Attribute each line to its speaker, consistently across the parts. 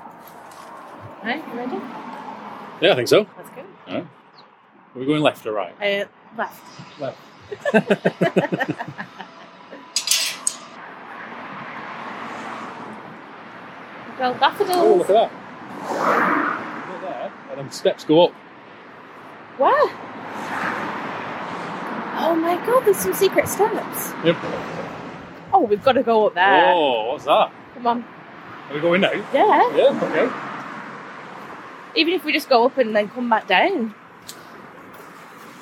Speaker 1: All right, you ready?
Speaker 2: Yeah, I think so.
Speaker 1: Let's go.
Speaker 2: Are we going left or right?
Speaker 1: Uh, left.
Speaker 2: Left.
Speaker 1: Well,
Speaker 2: Oh, look
Speaker 1: daffodils.
Speaker 2: at that. Look there. And then steps go up.
Speaker 1: Where? Oh my god, there's some secret steps.
Speaker 2: Yep.
Speaker 1: Oh, we've got to go up there.
Speaker 2: Oh, what's that?
Speaker 1: Come on.
Speaker 2: Are we going now?
Speaker 1: Yeah.
Speaker 2: Yeah, okay.
Speaker 1: Even if we just go up and then come back down.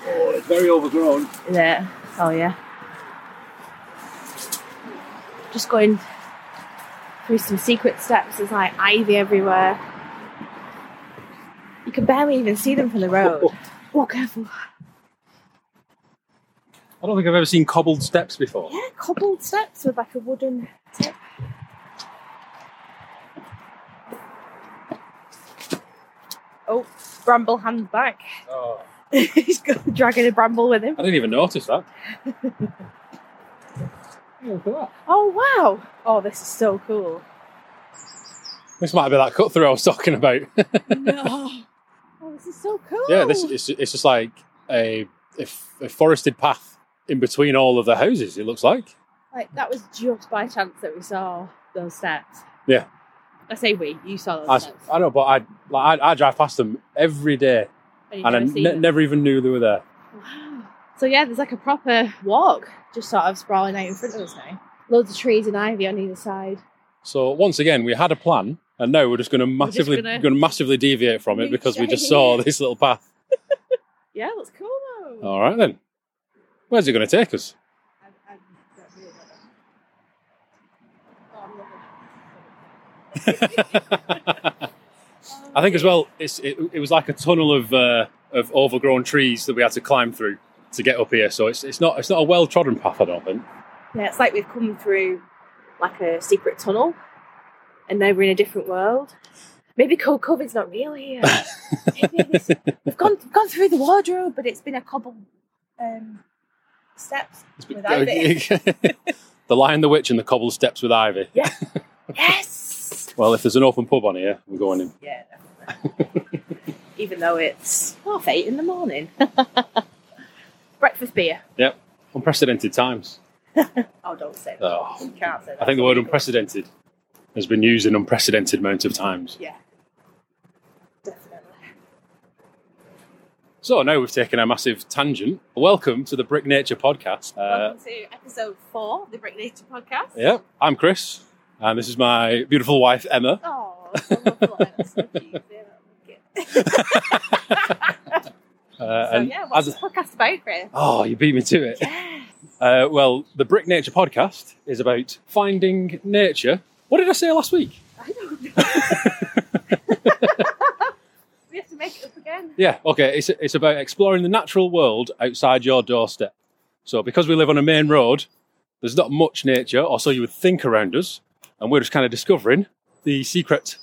Speaker 2: Oh, it's very overgrown.
Speaker 1: Yeah. Oh yeah. Just going through some secret steps. There's like ivy everywhere. You can barely even see them from the road. Oh, careful.
Speaker 2: I don't think I've ever seen cobbled steps before.
Speaker 1: Yeah, cobbled steps with like a wooden tip. Oh, bramble hand back.
Speaker 2: Oh,
Speaker 1: He's got, dragging a bramble with him.
Speaker 2: I didn't even notice that. Yeah, look at that.
Speaker 1: Oh wow! Oh, this is so cool.
Speaker 2: This might be that cut through I was talking about.
Speaker 1: no. Oh, this is so cool.
Speaker 2: yeah, this it's, it's just like a, a, f- a forested path in between all of the houses, it looks like.
Speaker 1: like that was just by chance that we saw those steps.
Speaker 2: Yeah.
Speaker 1: I say we. You saw those
Speaker 2: I, s-
Speaker 1: steps.
Speaker 2: I know, but I, like, I I drive past them every day
Speaker 1: and you've
Speaker 2: and I
Speaker 1: never seen
Speaker 2: ne-
Speaker 1: them.
Speaker 2: never even knew they were there.
Speaker 1: Wow. So yeah, there's like a proper walk just sort of sprawling out in front of us now. Loads of trees and ivy on either side.
Speaker 2: So once again, we had a plan, and now we're just going to
Speaker 1: just
Speaker 2: massively,
Speaker 1: gonna-
Speaker 2: going to massively deviate from it because we just
Speaker 1: Deviate.
Speaker 2: saw this little path.
Speaker 1: Yeah, that's cool though.
Speaker 2: All right then, where's it going to take us?
Speaker 1: I, I don't really know. Oh, I'm loving
Speaker 2: I
Speaker 1: it.
Speaker 2: think as well, it's it, it was like a tunnel of uh, of overgrown trees that we had to climb through to get up here. So it's it's not it's not a well trodden path, I don't think.
Speaker 1: Yeah, it's like we've come through like a secret tunnel and now we're in a different world. Maybe co- COVID's not real here. Maybe this, we've gone, gone through the wardrobe, but it's been a cobble um, steps.
Speaker 2: It's been-
Speaker 1: With ivy.
Speaker 2: the Lion, the Witch, and the Cobble Steps with Ivy.
Speaker 1: Yes!
Speaker 2: Well, if there's an open pub on here, we're going in.
Speaker 1: Yeah, definitely. Even though it's half eight in the morning. Breakfast beer.
Speaker 2: Unprecedented times.
Speaker 1: Oh, don't say that.
Speaker 2: Oh.
Speaker 1: You can't say that.
Speaker 2: I think the word unprecedented has been used an unprecedented amount of times.
Speaker 1: Yeah. Definitely.
Speaker 2: So now we've taken a massive tangent. Welcome to the Brick Nature podcast. Uh,
Speaker 1: Welcome to episode four of the Brick Nature podcast.
Speaker 2: yeah, I'm Chris, and this is my beautiful wife Emma.
Speaker 1: Oh, so lovely. That's so cute. Yeah, that's so cute.
Speaker 2: Uh,
Speaker 1: so
Speaker 2: and
Speaker 1: yeah, what's
Speaker 2: as-
Speaker 1: this podcast about, Chris?
Speaker 2: oh, you beat me to it.
Speaker 1: Yes.
Speaker 2: Uh, well, the Brick Nature podcast is about finding nature. What did I say last week?
Speaker 1: I don't know. we have to make it up again.
Speaker 2: Yeah, okay. It's it's about exploring the natural world outside your doorstep. So because we live on a main road, there's not much nature, or so you would think around us, and we're just kind of discovering the secret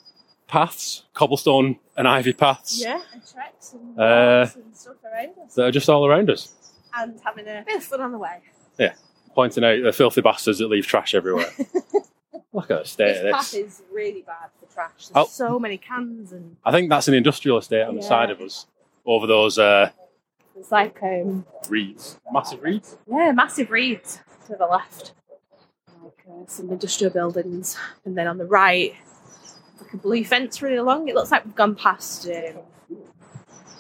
Speaker 2: paths, cobblestone and ivy paths
Speaker 1: Yeah, and tracks and,
Speaker 2: Uh,
Speaker 1: walks and stuff around us.
Speaker 2: that are just all around us,
Speaker 1: And having a bit of fun on the way.
Speaker 2: pointing out the filthy bastards that leave trash everywhere. Look at the state
Speaker 1: This
Speaker 2: of
Speaker 1: path
Speaker 2: this.
Speaker 1: is really bad for trash. There's
Speaker 2: Oh.
Speaker 1: so many cans and
Speaker 2: I think that's an industrial estate on the side of us over those uh,
Speaker 1: it's like um
Speaker 2: reeds, massive reeds.
Speaker 1: yeah, massive reeds to the left. Like uh, some industrial buildings. And then on the right, like a blue fence really long. It looks like we've gone past um,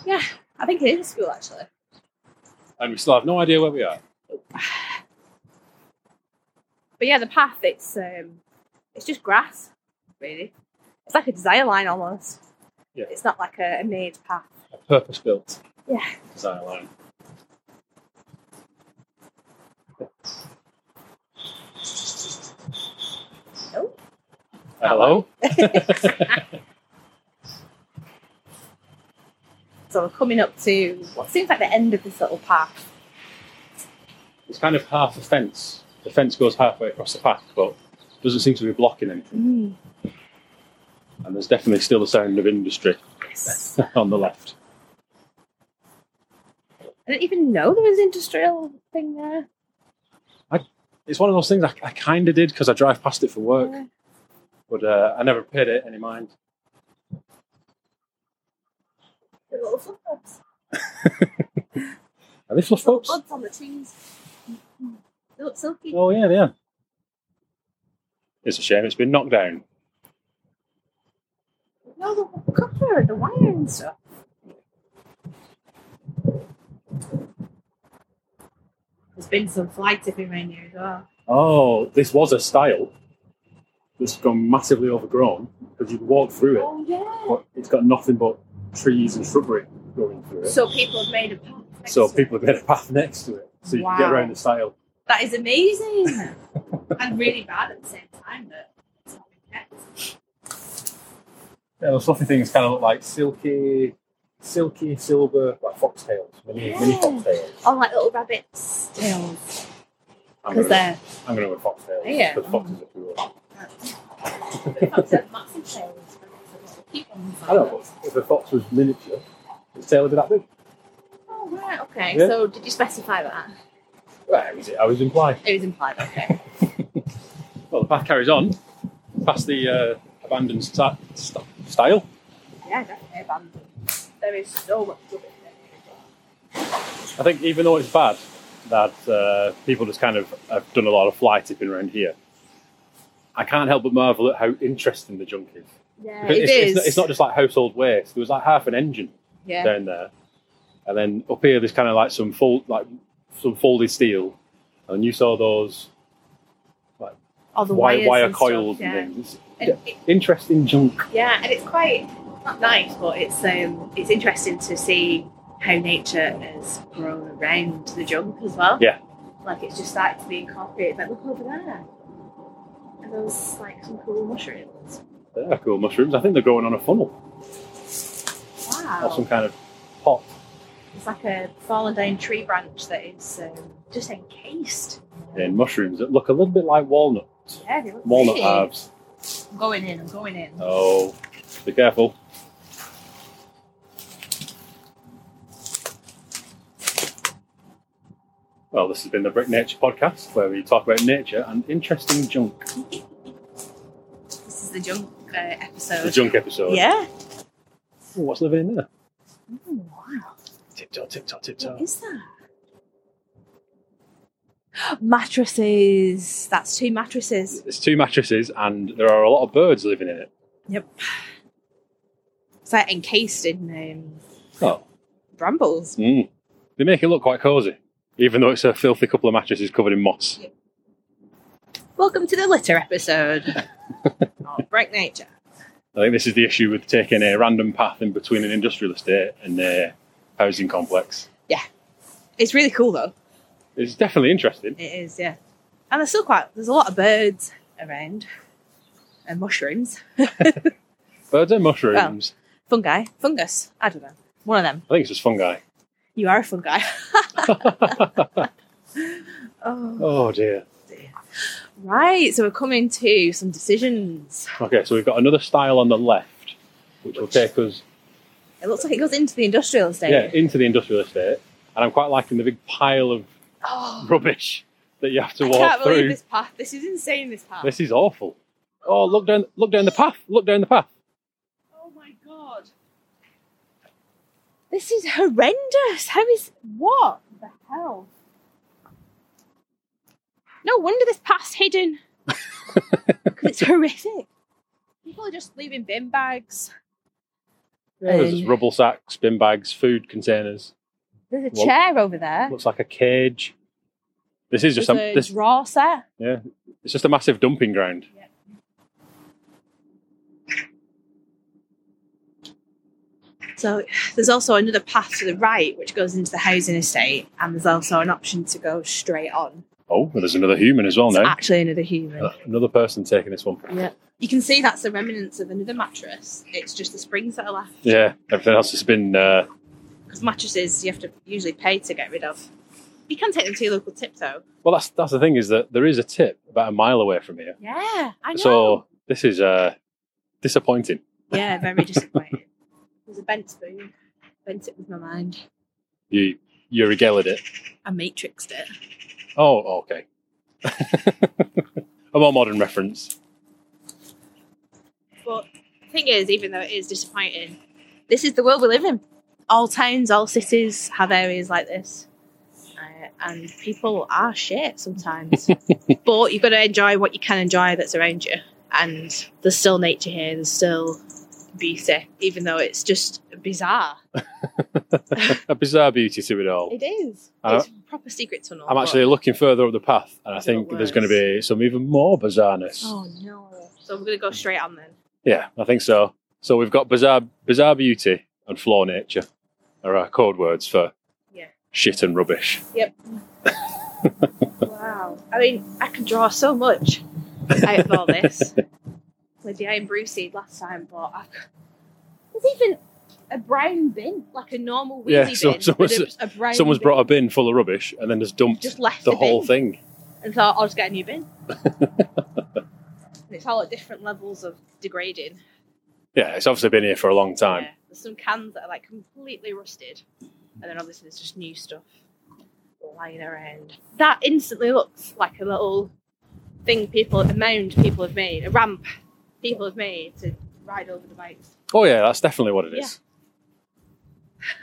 Speaker 1: Yeah, I think it is a school actually.
Speaker 2: And we still have no idea where we are.
Speaker 1: But yeah, the path it's um, it's just grass, really. It's like a desire line almost.
Speaker 2: Yeah.
Speaker 1: It's not like a, a made path.
Speaker 2: A purpose built
Speaker 1: Yeah.
Speaker 2: design line.
Speaker 1: Oh.
Speaker 2: Hello.
Speaker 1: So we're coming up to what seems like the end of this little path.
Speaker 2: It's kind of half a fence. The fence goes halfway across the path, but Doesn't seem to be blocking anything.
Speaker 1: Mm.
Speaker 2: And there's definitely still the sound of industry
Speaker 1: Yes.
Speaker 2: on the left.
Speaker 1: I didn't even know there was an industrial thing there.
Speaker 2: It's one of those things I, I kind of did because I drive past it for work,
Speaker 1: Yeah.
Speaker 2: but uh, I never paid it any mind.
Speaker 1: The little footprints.
Speaker 2: Are they fluff
Speaker 1: Little
Speaker 2: pops?
Speaker 1: buds on the trees. They look silky.
Speaker 2: Oh yeah, they are. It's a shame it's been knocked down.
Speaker 1: No, the copper, the wire and stuff. There's been some fly tipping around here as well.
Speaker 2: Oh, this was a style that's gone massively overgrown because you'd walk through it,
Speaker 1: Oh yeah.
Speaker 2: but it's got nothing but trees and shrubbery going through it.
Speaker 1: So people have made a path. next
Speaker 2: So
Speaker 1: to it.
Speaker 2: people have made a path next to it, so you can get
Speaker 1: Wow.
Speaker 2: around the style.
Speaker 1: That is amazing. and really bad at the same time, but it's not been kept.
Speaker 2: Yeah, those fluffy things kind of look like silky, silky silver, like foxtails, mini, mini
Speaker 1: Yeah.
Speaker 2: foxtails.
Speaker 1: Oh, like little rabbits' tails.
Speaker 2: I'm
Speaker 1: Because
Speaker 2: gonna,
Speaker 1: they're. Oh,
Speaker 2: I'm gonna go with foxtails.
Speaker 1: Yeah. Oh.
Speaker 2: because foxes are cool.
Speaker 1: they're massive tails. People
Speaker 2: I don't know but if a fox was miniature, its tail would be that big.
Speaker 1: Oh, right, okay.
Speaker 2: Yeah.
Speaker 1: So, did you specify that?
Speaker 2: Well, it was, I was implied.
Speaker 1: It was implied, okay.
Speaker 2: Well, the path carries on past the uh, abandoned sta- sta- style.
Speaker 1: yeah, definitely abandoned. There is so much rubbish there.
Speaker 2: I think even though it's bad, that uh, people just kind of have done a lot of fly tipping around here. I can't help but marvel at how interesting the junk is.
Speaker 1: Yeah,
Speaker 2: Because
Speaker 1: it
Speaker 2: it's,
Speaker 1: is.
Speaker 2: It's not, it's not just like household waste. There was like half an engine
Speaker 1: yeah.
Speaker 2: down there, and then up here there's kind of like some fold, like some folded steel, and you saw those
Speaker 1: All the
Speaker 2: wire,
Speaker 1: wires
Speaker 2: wire
Speaker 1: and
Speaker 2: coils
Speaker 1: stuff, yeah.
Speaker 2: and things.
Speaker 1: And
Speaker 2: It's
Speaker 1: it-
Speaker 2: Interesting junk.
Speaker 1: yeah, and it's quite not nice, but it's um, it's interesting to see how nature has grown around the junk as well.
Speaker 2: Yeah.
Speaker 1: like it's just started to be incorporated. Like look over there, and those like some cool mushrooms.
Speaker 2: They're cool mushrooms. I think they're growing on a funnel
Speaker 1: Wow,
Speaker 2: or some kind of pot.
Speaker 1: it's like a fallen down tree branch that is um, just encased.
Speaker 2: in mushrooms that look a little bit like walnut
Speaker 1: Yeah, they look
Speaker 2: walnut
Speaker 1: really-
Speaker 2: halves.
Speaker 1: I'm going in. I'm going in.
Speaker 2: Oh, be careful! Well, this has been the Brick Nature podcast, where we talk about nature and interesting junk.
Speaker 1: This is the junk uh, episode.
Speaker 2: The junk episode.
Speaker 1: Yeah.
Speaker 2: Ooh, what's living in there?
Speaker 1: Oh, wow.
Speaker 2: Tiptoe, tiptoe,
Speaker 1: What
Speaker 2: tiptoe.
Speaker 1: is that? Mattresses. That's two mattresses.
Speaker 2: It's two mattresses, and there are a lot of birds living in it.
Speaker 1: Yep. It's like encased in
Speaker 2: Oh,
Speaker 1: um, brambles.
Speaker 2: mm. they make it look quite cosy, even though it's a filthy couple of mattresses covered in moss.
Speaker 1: Welcome to the litter episode. oh, break nature.
Speaker 2: I think this is the issue with taking a random path in between an industrial estate and a housing complex.
Speaker 1: It's really cool though.
Speaker 2: It's definitely interesting.
Speaker 1: It is, yeah. And there's still quite. There's a lot of birds around, and mushrooms,
Speaker 2: Birds and mushrooms.
Speaker 1: Oh. fungi, fungus. I don't know. One of them.
Speaker 2: I think it's just fungi.
Speaker 1: You are a fungi. oh
Speaker 2: Oh dear.
Speaker 1: dear. Right, so we're coming to some decisions.
Speaker 2: Okay, so we've got another style on the left, which will take us
Speaker 1: It looks like it goes into the industrial estate.
Speaker 2: yeah, into the industrial estate. And I'm quite liking the big pile of
Speaker 1: Oh,
Speaker 2: rubbish that you have to
Speaker 1: I
Speaker 2: walk
Speaker 1: can't
Speaker 2: through.
Speaker 1: believe this path. This is insane. This path.
Speaker 2: This is awful. Oh look down look down the path. Look down the path.
Speaker 1: oh my god. This is horrendous. How is what the hell? No wonder this path's hidden. 'Cause it's horrific. People are just leaving bin bags.
Speaker 2: Yeah, there's
Speaker 1: Um,
Speaker 2: just rubble sacks, bin bags, food containers.
Speaker 1: There's a
Speaker 2: Well-
Speaker 1: chair over there.
Speaker 2: Looks like a cage. This is just a,
Speaker 1: There's a
Speaker 2: this,
Speaker 1: draw set.
Speaker 2: It's just a massive dumping ground.
Speaker 1: Yeah. So there's also another path to the right, which goes into the housing estate, and there's also an option to go straight on.
Speaker 2: Oh, well, there's another human as well
Speaker 1: It's
Speaker 2: now.
Speaker 1: actually another human.
Speaker 2: Uh, Another person taking this one.
Speaker 1: Yeah. You can see that's the remnants of another mattress. It's just the springs that are left.
Speaker 2: Yeah, everything else has been. Uh,
Speaker 1: Because mattresses you have to usually pay to get rid of. You can take them to your local tiptoe.
Speaker 2: Well, that's that's the thing is that there is a tip about a mile away from here.
Speaker 1: Yeah, I know.
Speaker 2: So this is uh, disappointing.
Speaker 1: yeah, very disappointing. There's a bent spoon. Bent it with my mind.
Speaker 2: You you regaled it.
Speaker 1: I matrixed it.
Speaker 2: Oh, okay. a more modern reference.
Speaker 1: But the thing is, even though it is disappointing, this is the world we live in. All towns, all cities have areas like this. Uh, and people are shit sometimes. but you've got to enjoy what you can enjoy that's around you. And there's still nature here, there's still beauty, even though it's just bizarre.
Speaker 2: a bizarre beauty to it all.
Speaker 1: It is.
Speaker 2: I-
Speaker 1: it's a proper secret tunnel.
Speaker 2: Uh, I'm
Speaker 1: but-
Speaker 2: actually looking further up the path, and I
Speaker 1: Is it
Speaker 2: think there's
Speaker 1: worse?
Speaker 2: going to be some even more bizarreness.
Speaker 1: Oh no. So we're going to go straight on then.
Speaker 2: Yeah, I think so. So we've got bizarre, bizarre beauty and flaw nature are our code words for
Speaker 1: Yeah.
Speaker 2: shit and rubbish.
Speaker 1: Wow. I mean, I can draw so much out of all this. With the iron brewseed last time, but I, there's even a brown bin, like a normal wheelie
Speaker 2: Yeah, so-
Speaker 1: bin.
Speaker 2: so
Speaker 1: with
Speaker 2: was-
Speaker 1: a, a brown
Speaker 2: Someone's
Speaker 1: bin.
Speaker 2: brought a bin full of rubbish and then just dumped
Speaker 1: just left
Speaker 2: the whole
Speaker 1: bin
Speaker 2: thing.
Speaker 1: and thought I'll just get a new bin. and it's all at different levels of degrading.
Speaker 2: Yeah, it's obviously been here for a long time.
Speaker 1: Yeah. There's some cans that are like completely rusted, and then obviously there's just new stuff lying around. That instantly looks like a little thing people, a mound people have made, a ramp people have made to ride over the bikes.
Speaker 2: Oh yeah, that's definitely what it is.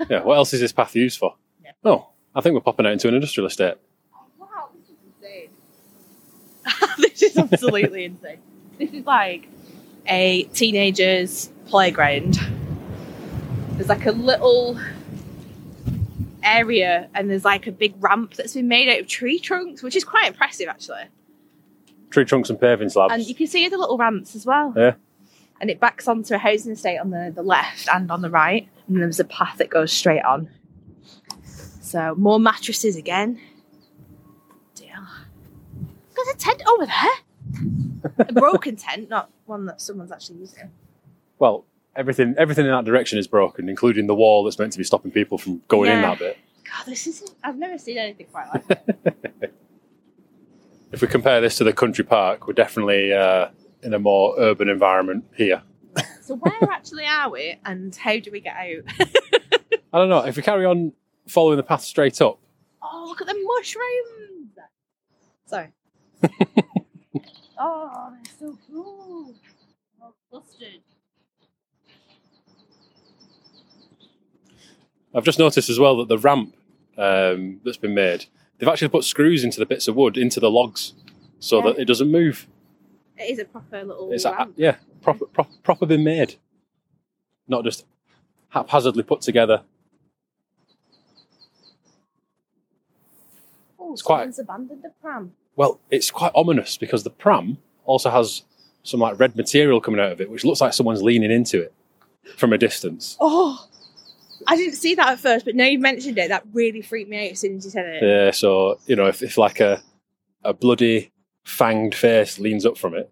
Speaker 2: Yeah. what else is this path used for?
Speaker 1: Yeah.
Speaker 2: Oh, I think we're popping out into an industrial estate.
Speaker 1: Oh, wow, this is insane. this is absolutely insane. This is like a teenager's playground. There's like a little area and there's like a big ramp that's been made out of tree trunks, which is quite impressive actually.
Speaker 2: Tree trunks and paving slabs.
Speaker 1: And you can see the little ramps as well.
Speaker 2: Yeah.
Speaker 1: And it backs onto a housing estate on the, the left and on the right. And then there's a path that goes straight on. So more mattresses again. Deal. There's a tent over there. a broken tent, not one that someone's actually using.
Speaker 2: well, everything everything in that direction is broken, including the wall that's meant to be stopping people from going in
Speaker 1: Yeah.
Speaker 2: that bit.
Speaker 1: God, this is I've never seen anything quite like it.
Speaker 2: If we compare this to the country park, we're definitely uh, in a more urban environment here.
Speaker 1: so where actually are we and how do we get out?
Speaker 2: I don't know if we carry on following the path straight up.
Speaker 1: Oh, look at the mushrooms! Sorry. oh, they're so cool. Well clustered.
Speaker 2: I've just noticed as well that the ramp um, that's been made, they've actually put screws into the bits of wood into the logs, so
Speaker 1: Yeah.
Speaker 2: that it doesn't move.
Speaker 1: It is a proper little
Speaker 2: It's a,
Speaker 1: ramp.
Speaker 2: yeah, proper, proper, proper been made, not just haphazardly put together.
Speaker 1: Oh,
Speaker 2: it's quite-
Speaker 1: someone's abandoned the pram.
Speaker 2: Well, it's quite ominous because the pram also has some like red material coming out of it, which looks like someone's leaning into it from a distance.
Speaker 1: Oh, I didn't see that at first, but now you've mentioned it, that really freaked me out as soon as you said it.
Speaker 2: Yeah, so you know, if, if like a a bloody fanged face leans up from it,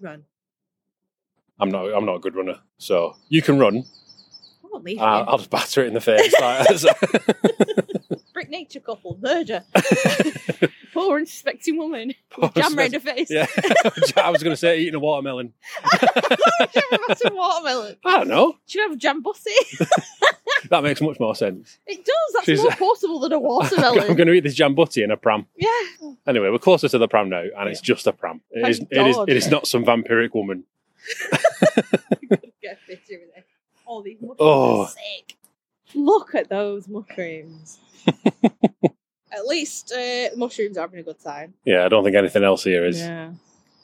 Speaker 1: Run.
Speaker 2: I'm not I'm not a good runner. So you can run,
Speaker 1: I won't leave
Speaker 2: I'll, I'll just batter it in the face. Like, that's-
Speaker 1: you. Brick nature couple, murder. Poor unsuspecting woman.
Speaker 2: Poor
Speaker 1: Jam round
Speaker 2: unsuspecting-
Speaker 1: her face.
Speaker 2: yeah, I was going to say eating a watermelon.
Speaker 1: Should have had some watermelon.
Speaker 2: I don't know.
Speaker 1: Should have a jambussy.
Speaker 2: That makes much more sense.
Speaker 1: It does. That's
Speaker 2: She's-
Speaker 1: more portable than a watermelon.
Speaker 2: I'm going to eat this jambutti in a pram.
Speaker 1: Yeah.
Speaker 2: Anyway, we're closer to the pram now, and it's just a pram. It is,
Speaker 1: Thank
Speaker 2: it is,
Speaker 1: God.
Speaker 2: it is not some vampiric woman.
Speaker 1: Get bitter with it. All these mushrooms
Speaker 2: Oh.
Speaker 1: are sick. Look at those mushrooms. at least uh, mushrooms are having a good time.
Speaker 2: Yeah, I don't think anything else here is.
Speaker 1: Yeah.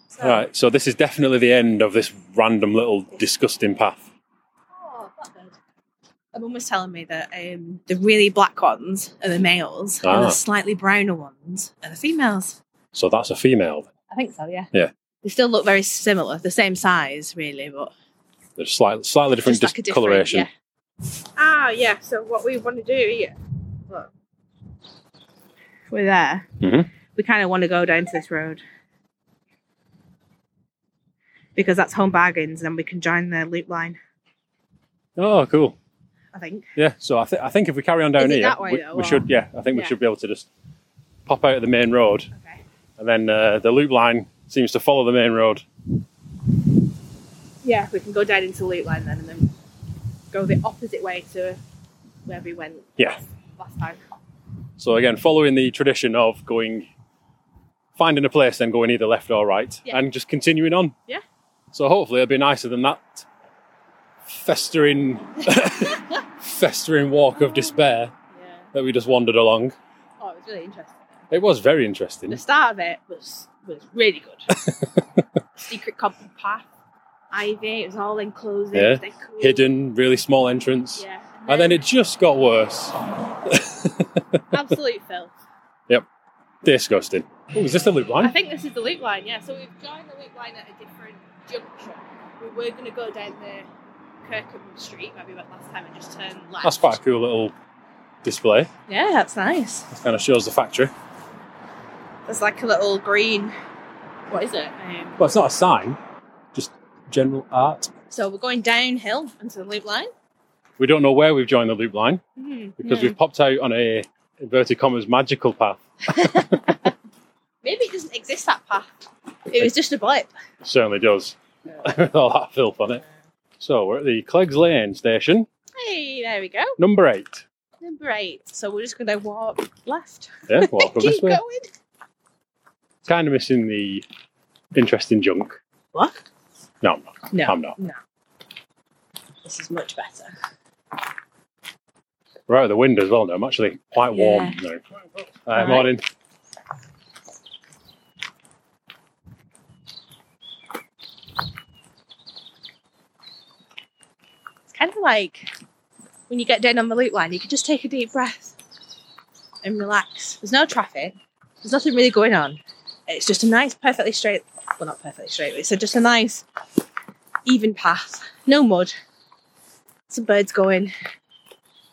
Speaker 1: So,
Speaker 2: All right, so this is definitely the end of this random little disgusting path.
Speaker 1: Oh, that bird. My mum was telling me that um, the really black ones are the males, and
Speaker 2: Ah.
Speaker 1: the slightly browner ones are the females.
Speaker 2: So that's a female.
Speaker 1: I think so, yeah.
Speaker 2: Yeah.
Speaker 1: They still look very similar, the same size, really, but
Speaker 2: They're slightly, slightly different
Speaker 1: Just like a different-
Speaker 2: discoloration.
Speaker 1: Ah, yeah. So what we want to do here, look, we're there.
Speaker 2: Mhm.
Speaker 1: We kind of want to go down to this road because that's home bargains, and we can join the loop line.
Speaker 2: Oh, cool.
Speaker 1: I think.
Speaker 2: Yeah, so I, th- I think if we carry on down
Speaker 1: Is it
Speaker 2: here,
Speaker 1: that way
Speaker 2: we,
Speaker 1: though,
Speaker 2: we
Speaker 1: or-
Speaker 2: should. Yeah, I think we
Speaker 1: Yeah.
Speaker 2: should be able to just pop out of the main road,
Speaker 1: Okay.
Speaker 2: and then uh, the loop line seems to follow the main road.
Speaker 1: Yeah, we can go down into Loop Line then and then go the opposite way to where we went
Speaker 2: Yeah.
Speaker 1: last, last time.
Speaker 2: So again, following the tradition of going, finding a place, then going either left or right,
Speaker 1: Yeah.
Speaker 2: and just continuing on.
Speaker 1: Yeah.
Speaker 2: So hopefully it'll be nicer than that festering, festering walk of despair
Speaker 1: Yeah.
Speaker 2: that we just wandered along.
Speaker 1: Oh, it was really interesting.
Speaker 2: It was very
Speaker 1: The
Speaker 2: interesting.
Speaker 1: start of it was was really good. Secret cobbled path, ivy. It was all enclosed.
Speaker 2: Yeah.
Speaker 1: they're cool.
Speaker 2: Hidden, really small entrance,
Speaker 1: Yeah.
Speaker 2: and then it just got worse.
Speaker 1: absolute filth.
Speaker 2: Disgusting. Oh, is this the loop
Speaker 1: I
Speaker 2: line?
Speaker 1: think this is the loop line, yeah. So we've joined the loop line at a different junction. We were going to go down the Kirkham Street where we went last time and just turn left.
Speaker 2: That's quite a cool little display.
Speaker 1: Yeah, that's nice.
Speaker 2: It kind of shows the factory.
Speaker 1: There's like a little green. What is it? Um,
Speaker 2: Well, it's not a sign, just general art.
Speaker 1: so we're going downhill into the loop line. Hmm,
Speaker 2: We don't know where we've joined the loop line. because
Speaker 1: No.
Speaker 2: we've popped out on a inverted commas magical path.
Speaker 1: Maybe it doesn't exist that path. It was just a blip.
Speaker 2: certainly does. With all that filth on it. So we're at the Clegg's Lane station,
Speaker 1: Hey, there we go.
Speaker 2: number eight.
Speaker 1: Number eight. So we're just going to walk left.
Speaker 2: Yeah, walk up this
Speaker 1: Keep
Speaker 2: way.
Speaker 1: going.
Speaker 2: Kind of missing the interesting junk.
Speaker 1: What?
Speaker 2: No, I'm not.
Speaker 1: No.
Speaker 2: I'm not.
Speaker 1: No. This is much better.
Speaker 2: We're out of the window as well now. I'm actually quite warm Uh, now. All right,
Speaker 1: All right.
Speaker 2: morning.
Speaker 1: It's kind of like when you get down on the loop line, you can just take a deep breath and relax. There's no traffic, there's nothing really going on. It's just a nice, perfectly straight, well, not perfectly straight, but it's just a nice, even path. No mud, some birds going.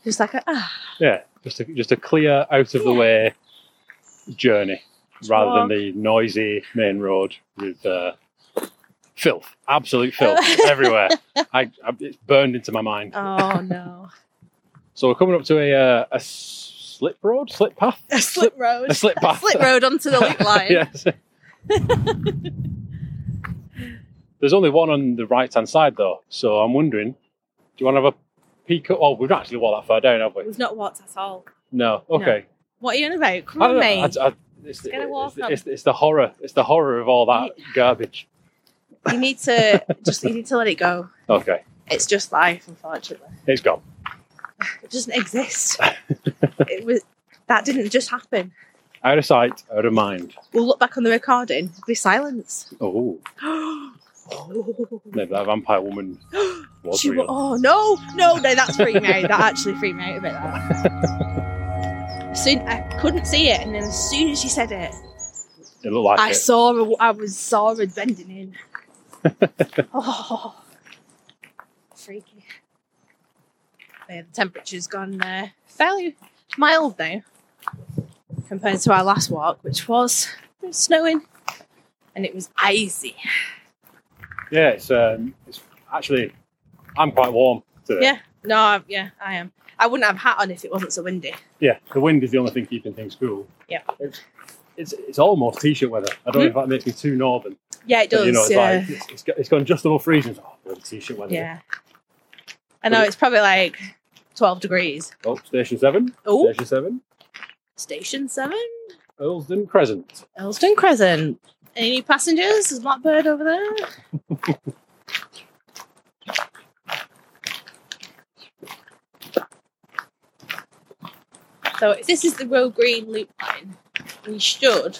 Speaker 1: Just like, a, ah,
Speaker 2: Yeah, just a, just a clear, out of the way journey rather
Speaker 1: walk.
Speaker 2: than the noisy main road with uh, filth, absolute filth
Speaker 1: Oh.
Speaker 2: everywhere. I, I, it's burned into my mind.
Speaker 1: oh no.
Speaker 2: So we're coming up to a, uh, a slip road, slip path,
Speaker 1: A slip road.
Speaker 2: a slip path.
Speaker 1: Slip road onto the loop line.
Speaker 2: yes. There's only one on the right hand side though, so I'm wondering, do you want to have a peek? Up? Oh, we've not actually walked that far down, have we?
Speaker 1: We've not walked at all.
Speaker 2: No. Okay.
Speaker 1: What are you on about? Come
Speaker 2: I
Speaker 1: on,
Speaker 2: don't know.
Speaker 1: mate.
Speaker 2: I- I- it's, the-
Speaker 1: gonna
Speaker 2: it's
Speaker 1: walk
Speaker 2: the-
Speaker 1: on.
Speaker 2: it's the- it's the horror. It's the horror of all that garbage.
Speaker 1: You need to just you need to let it go.
Speaker 2: Okay,
Speaker 1: It's just life, unfortunately.
Speaker 2: it's gone.
Speaker 1: It doesn't exist. it was that didn't just happen.
Speaker 2: Out of sight, out of mind.
Speaker 1: We'll look back on the recording. There'll be silence.
Speaker 2: Oh,
Speaker 1: oh,
Speaker 2: maybe that vampire woman was
Speaker 1: she, wa-
Speaker 2: real.
Speaker 1: oh no, no, no, that's freaked me out. That actually freaked me out a bit. That. Soon I couldn't see it, and then as soon as she said it,
Speaker 2: It looked like
Speaker 1: I
Speaker 2: it.
Speaker 1: saw her. I was saw her bending in. oh, freaky. Yeah, the temperature's gone uh, fairly mild now compared to our last walk, which was it was snowing and it was icy.
Speaker 2: Yeah, it's um, it's actually, I'm quite warm today.
Speaker 1: Yeah. No, I- yeah, I am. I wouldn't have a hat on if it wasn't so windy.
Speaker 2: Yeah, the wind is the only thing keeping things cool.
Speaker 1: Yeah.
Speaker 2: It's, it's, it's almost t-shirt weather. I don't know if that makes me too northern.
Speaker 1: Yeah, it
Speaker 2: but,
Speaker 1: does.
Speaker 2: you know, it's
Speaker 1: yeah.
Speaker 2: like it's, it's, got- it's gone just above freezing. It's, Oh, bloody t-shirt weather.
Speaker 1: yeah. I know it's probably like 12 degrees.
Speaker 2: Oh, station seven.
Speaker 1: Oh,
Speaker 2: Station seven.
Speaker 1: station seven.
Speaker 2: Earlsden Crescent.
Speaker 1: Elston Crescent. Any new passengers? Is Blackbird over there? so if this is the Royal Green Loop Line, we should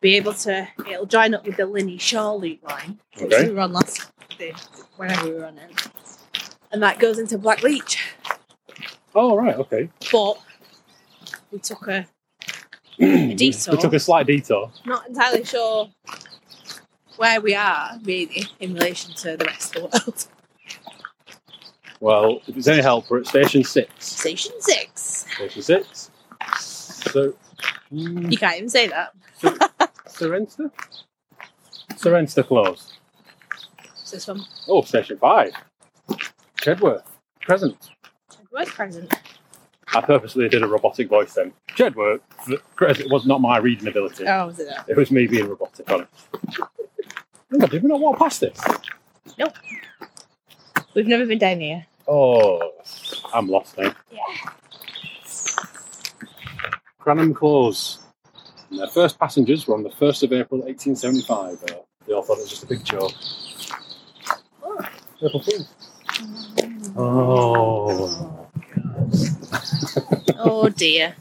Speaker 1: be able to. It'll join up with the Linney Shaw Loop Line, which
Speaker 2: Okay.
Speaker 1: we were on last, the, whenever we were on it, and that goes into Blackleach
Speaker 2: Oh right, okay.
Speaker 1: but we took a detour.
Speaker 2: We took a slight detour.
Speaker 1: not entirely sure where we are really in relation to the rest of the world.
Speaker 2: Well, if it's any help, we're at station six.
Speaker 1: Station six.
Speaker 2: Station six. So, mm,
Speaker 1: You can't even say that.
Speaker 2: Serenster. Serenster close.
Speaker 1: It's this one.
Speaker 2: Oh, station five. Chedworth Crescent.
Speaker 1: Worst present.
Speaker 2: I purposely did a robotic voice then. Shed work, but credit was not my reading ability.
Speaker 1: Oh, was it that?
Speaker 2: It was me being robotic on it. I think I did we not walk past this?
Speaker 1: We've never been down here.
Speaker 2: Oh, I'm lost now.
Speaker 1: Yeah.
Speaker 2: Cranham Close. And their first passengers were on the 1st of April 1875. Uh, they all thought it was just a big joke. April Fool. Oh.
Speaker 1: oh dear.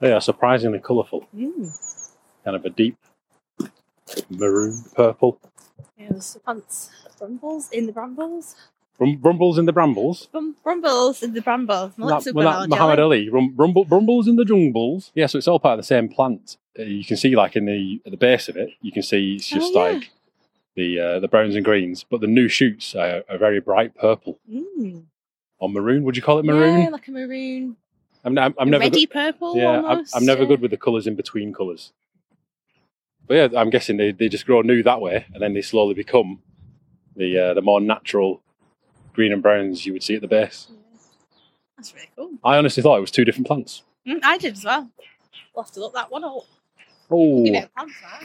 Speaker 2: They are surprisingly colourful.
Speaker 1: Mm.
Speaker 2: Kind of a deep maroon, purple.
Speaker 1: Yeah, there's ants. Brumbles in the brambles.
Speaker 2: Brum- brumbles in the brambles.
Speaker 1: Brum- brumbles in the brambles. Well, that's
Speaker 2: That-
Speaker 1: super
Speaker 2: well, that
Speaker 1: loud,
Speaker 2: Muhammad
Speaker 1: darling.
Speaker 2: Ali. Rum- brumble, brumbles in the jungles. Yeah, so it's all part of the same plant. Uh, You can see, like in the at the base of it, you can see it's
Speaker 1: Oh,
Speaker 2: just
Speaker 1: yeah.
Speaker 2: like the uh, the browns and greens, but the new shoots are, are very bright purple
Speaker 1: Mm.
Speaker 2: or maroon. Would you call it maroon?
Speaker 1: Yeah, like a maroon.
Speaker 2: I'm, I'm, I'm never.
Speaker 1: ready
Speaker 2: Good,
Speaker 1: purple.
Speaker 2: yeah, I'm,
Speaker 1: almost.
Speaker 2: I'm never
Speaker 1: yeah.
Speaker 2: good with the colours in between colours. But yeah, I'm guessing they, they just grow new that way, and then they slowly become the uh, the more natural green and browns you would see at the base.
Speaker 1: Yeah. That's really cool.
Speaker 2: I honestly thought it was two different plants.
Speaker 1: Mm, I did as well. We'll have to look that one up.
Speaker 2: Oh,
Speaker 1: Give it
Speaker 2: do
Speaker 1: a pants, that.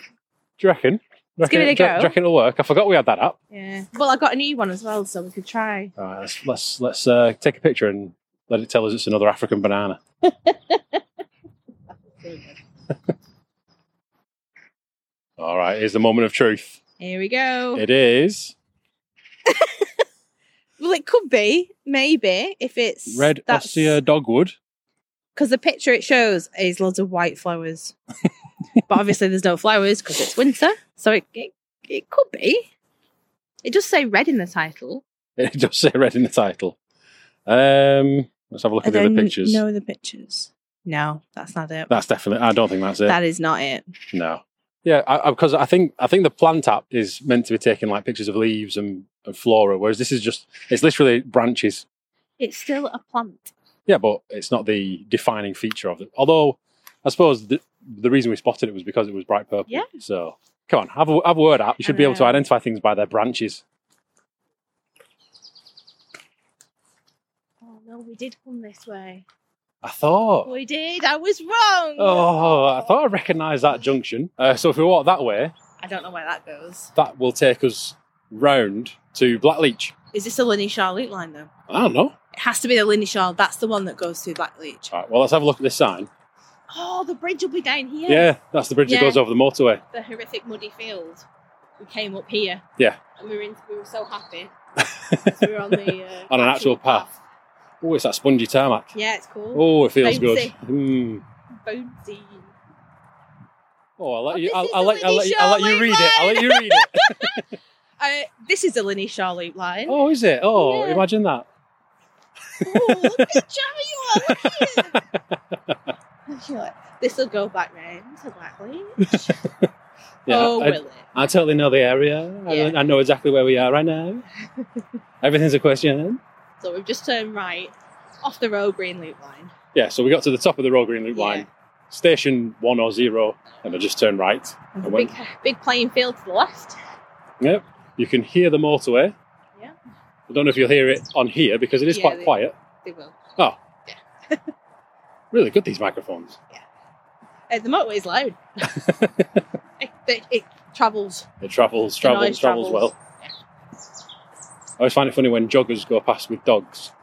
Speaker 2: you reckon?
Speaker 1: Let's give it a
Speaker 2: do you- do
Speaker 1: go.
Speaker 2: you reckon it'll work? I forgot we had that app.
Speaker 1: Yeah. Well, I got a new one as well, so we could try.
Speaker 2: All right, let's let's let's uh, take a picture and let it tell us it's another African banana. All right, here's the moment of truth.
Speaker 1: Here we go.
Speaker 2: It is
Speaker 1: well, it could be, maybe, if it's
Speaker 2: red ossia dogwood.
Speaker 1: Because the picture it shows is loads of white flowers, but obviously there's no flowers because it's winter. So it, it it could be. It does say red in the title.
Speaker 2: It does say red in the title. Um, let's have a look at the other
Speaker 1: there n-
Speaker 2: pictures.
Speaker 1: No other pictures. No, that's not it.
Speaker 2: That's definitely. I don't think that's it.
Speaker 1: That is not it.
Speaker 2: no. Yeah, because I, think I think the plant app is meant to be taking like pictures of leaves and, and flora, whereas this is just it's literally branches.
Speaker 1: It's still a plant.
Speaker 2: Yeah, but it's not the defining feature of it. Although, I suppose the, the reason we spotted it was because it was bright purple.
Speaker 1: Yeah.
Speaker 2: So, come on, have a, have a word app. You should be able to
Speaker 1: know.
Speaker 2: identify things by their branches.
Speaker 1: Oh no, we did come this way.
Speaker 2: I thought.
Speaker 1: We did. I was wrong.
Speaker 2: Oh, I thought I recognised that junction. Uh, so if we walk that way,
Speaker 1: I don't know where that goes.
Speaker 2: that will take us round to Blackleach.
Speaker 1: Is this a Linny Shaw loop line though?
Speaker 2: I don't know.
Speaker 1: It has to be the Linny Shaw. That's the one that goes through Blackleach.
Speaker 2: All right, well, let's have a look at this sign.
Speaker 1: Oh, the bridge will be down here.
Speaker 2: Yeah, that's the bridge
Speaker 1: Yeah.
Speaker 2: that goes over the motorway.
Speaker 1: the horrific muddy field. We came up here.
Speaker 2: Yeah.
Speaker 1: And we were in, we were so happy. 'Cause we were on the uh,
Speaker 2: On an actual path. Oh, it's that spongy tarmac.
Speaker 1: Yeah, it's cool.
Speaker 2: Oh, it feels
Speaker 1: Fancy.
Speaker 2: good. Hmm.
Speaker 1: Bonesy.
Speaker 2: Oh, I'll
Speaker 1: Oh,
Speaker 2: let you.
Speaker 1: this
Speaker 2: I'll,
Speaker 1: is
Speaker 2: I'll
Speaker 1: a
Speaker 2: let, I'll, let,
Speaker 1: Lindy
Speaker 2: you- I'll let you
Speaker 1: Shirley
Speaker 2: read it. I'll let you read it.
Speaker 1: Uh, this is a Linny Shaw loop line. Oh,
Speaker 2: Oh, is it? Oh,
Speaker 1: Yeah.
Speaker 2: imagine that.
Speaker 1: look at you! Look at you! And she like, this will go back round to Blackleach.
Speaker 2: Yeah,
Speaker 1: oh,
Speaker 2: I,
Speaker 1: will it?
Speaker 2: I totally know the area.
Speaker 1: Yeah.
Speaker 2: I, I know exactly where we are right now. Everything's a question.
Speaker 1: So we've just turned right off the road green loop line.
Speaker 2: Yeah, so we got to the top of the Royal Green Loop
Speaker 1: Yeah.
Speaker 2: line, station 100, and I just turned right.
Speaker 1: There's a
Speaker 2: I went-
Speaker 1: big, big playing field to the left.
Speaker 2: Yep. You can hear the motorway.
Speaker 1: Yeah.
Speaker 2: I don't know if you'll hear it on here because it is
Speaker 1: Yeah,
Speaker 2: quite
Speaker 1: they-
Speaker 2: quiet.
Speaker 1: They will.
Speaker 2: Really good, these microphones.
Speaker 1: Uh, the motorway's loud. it, it, it travels.
Speaker 2: It travels,
Speaker 1: The
Speaker 2: travels,
Speaker 1: noise
Speaker 2: travels well.
Speaker 1: travels.
Speaker 2: I always find it funny when joggers go past with dogs.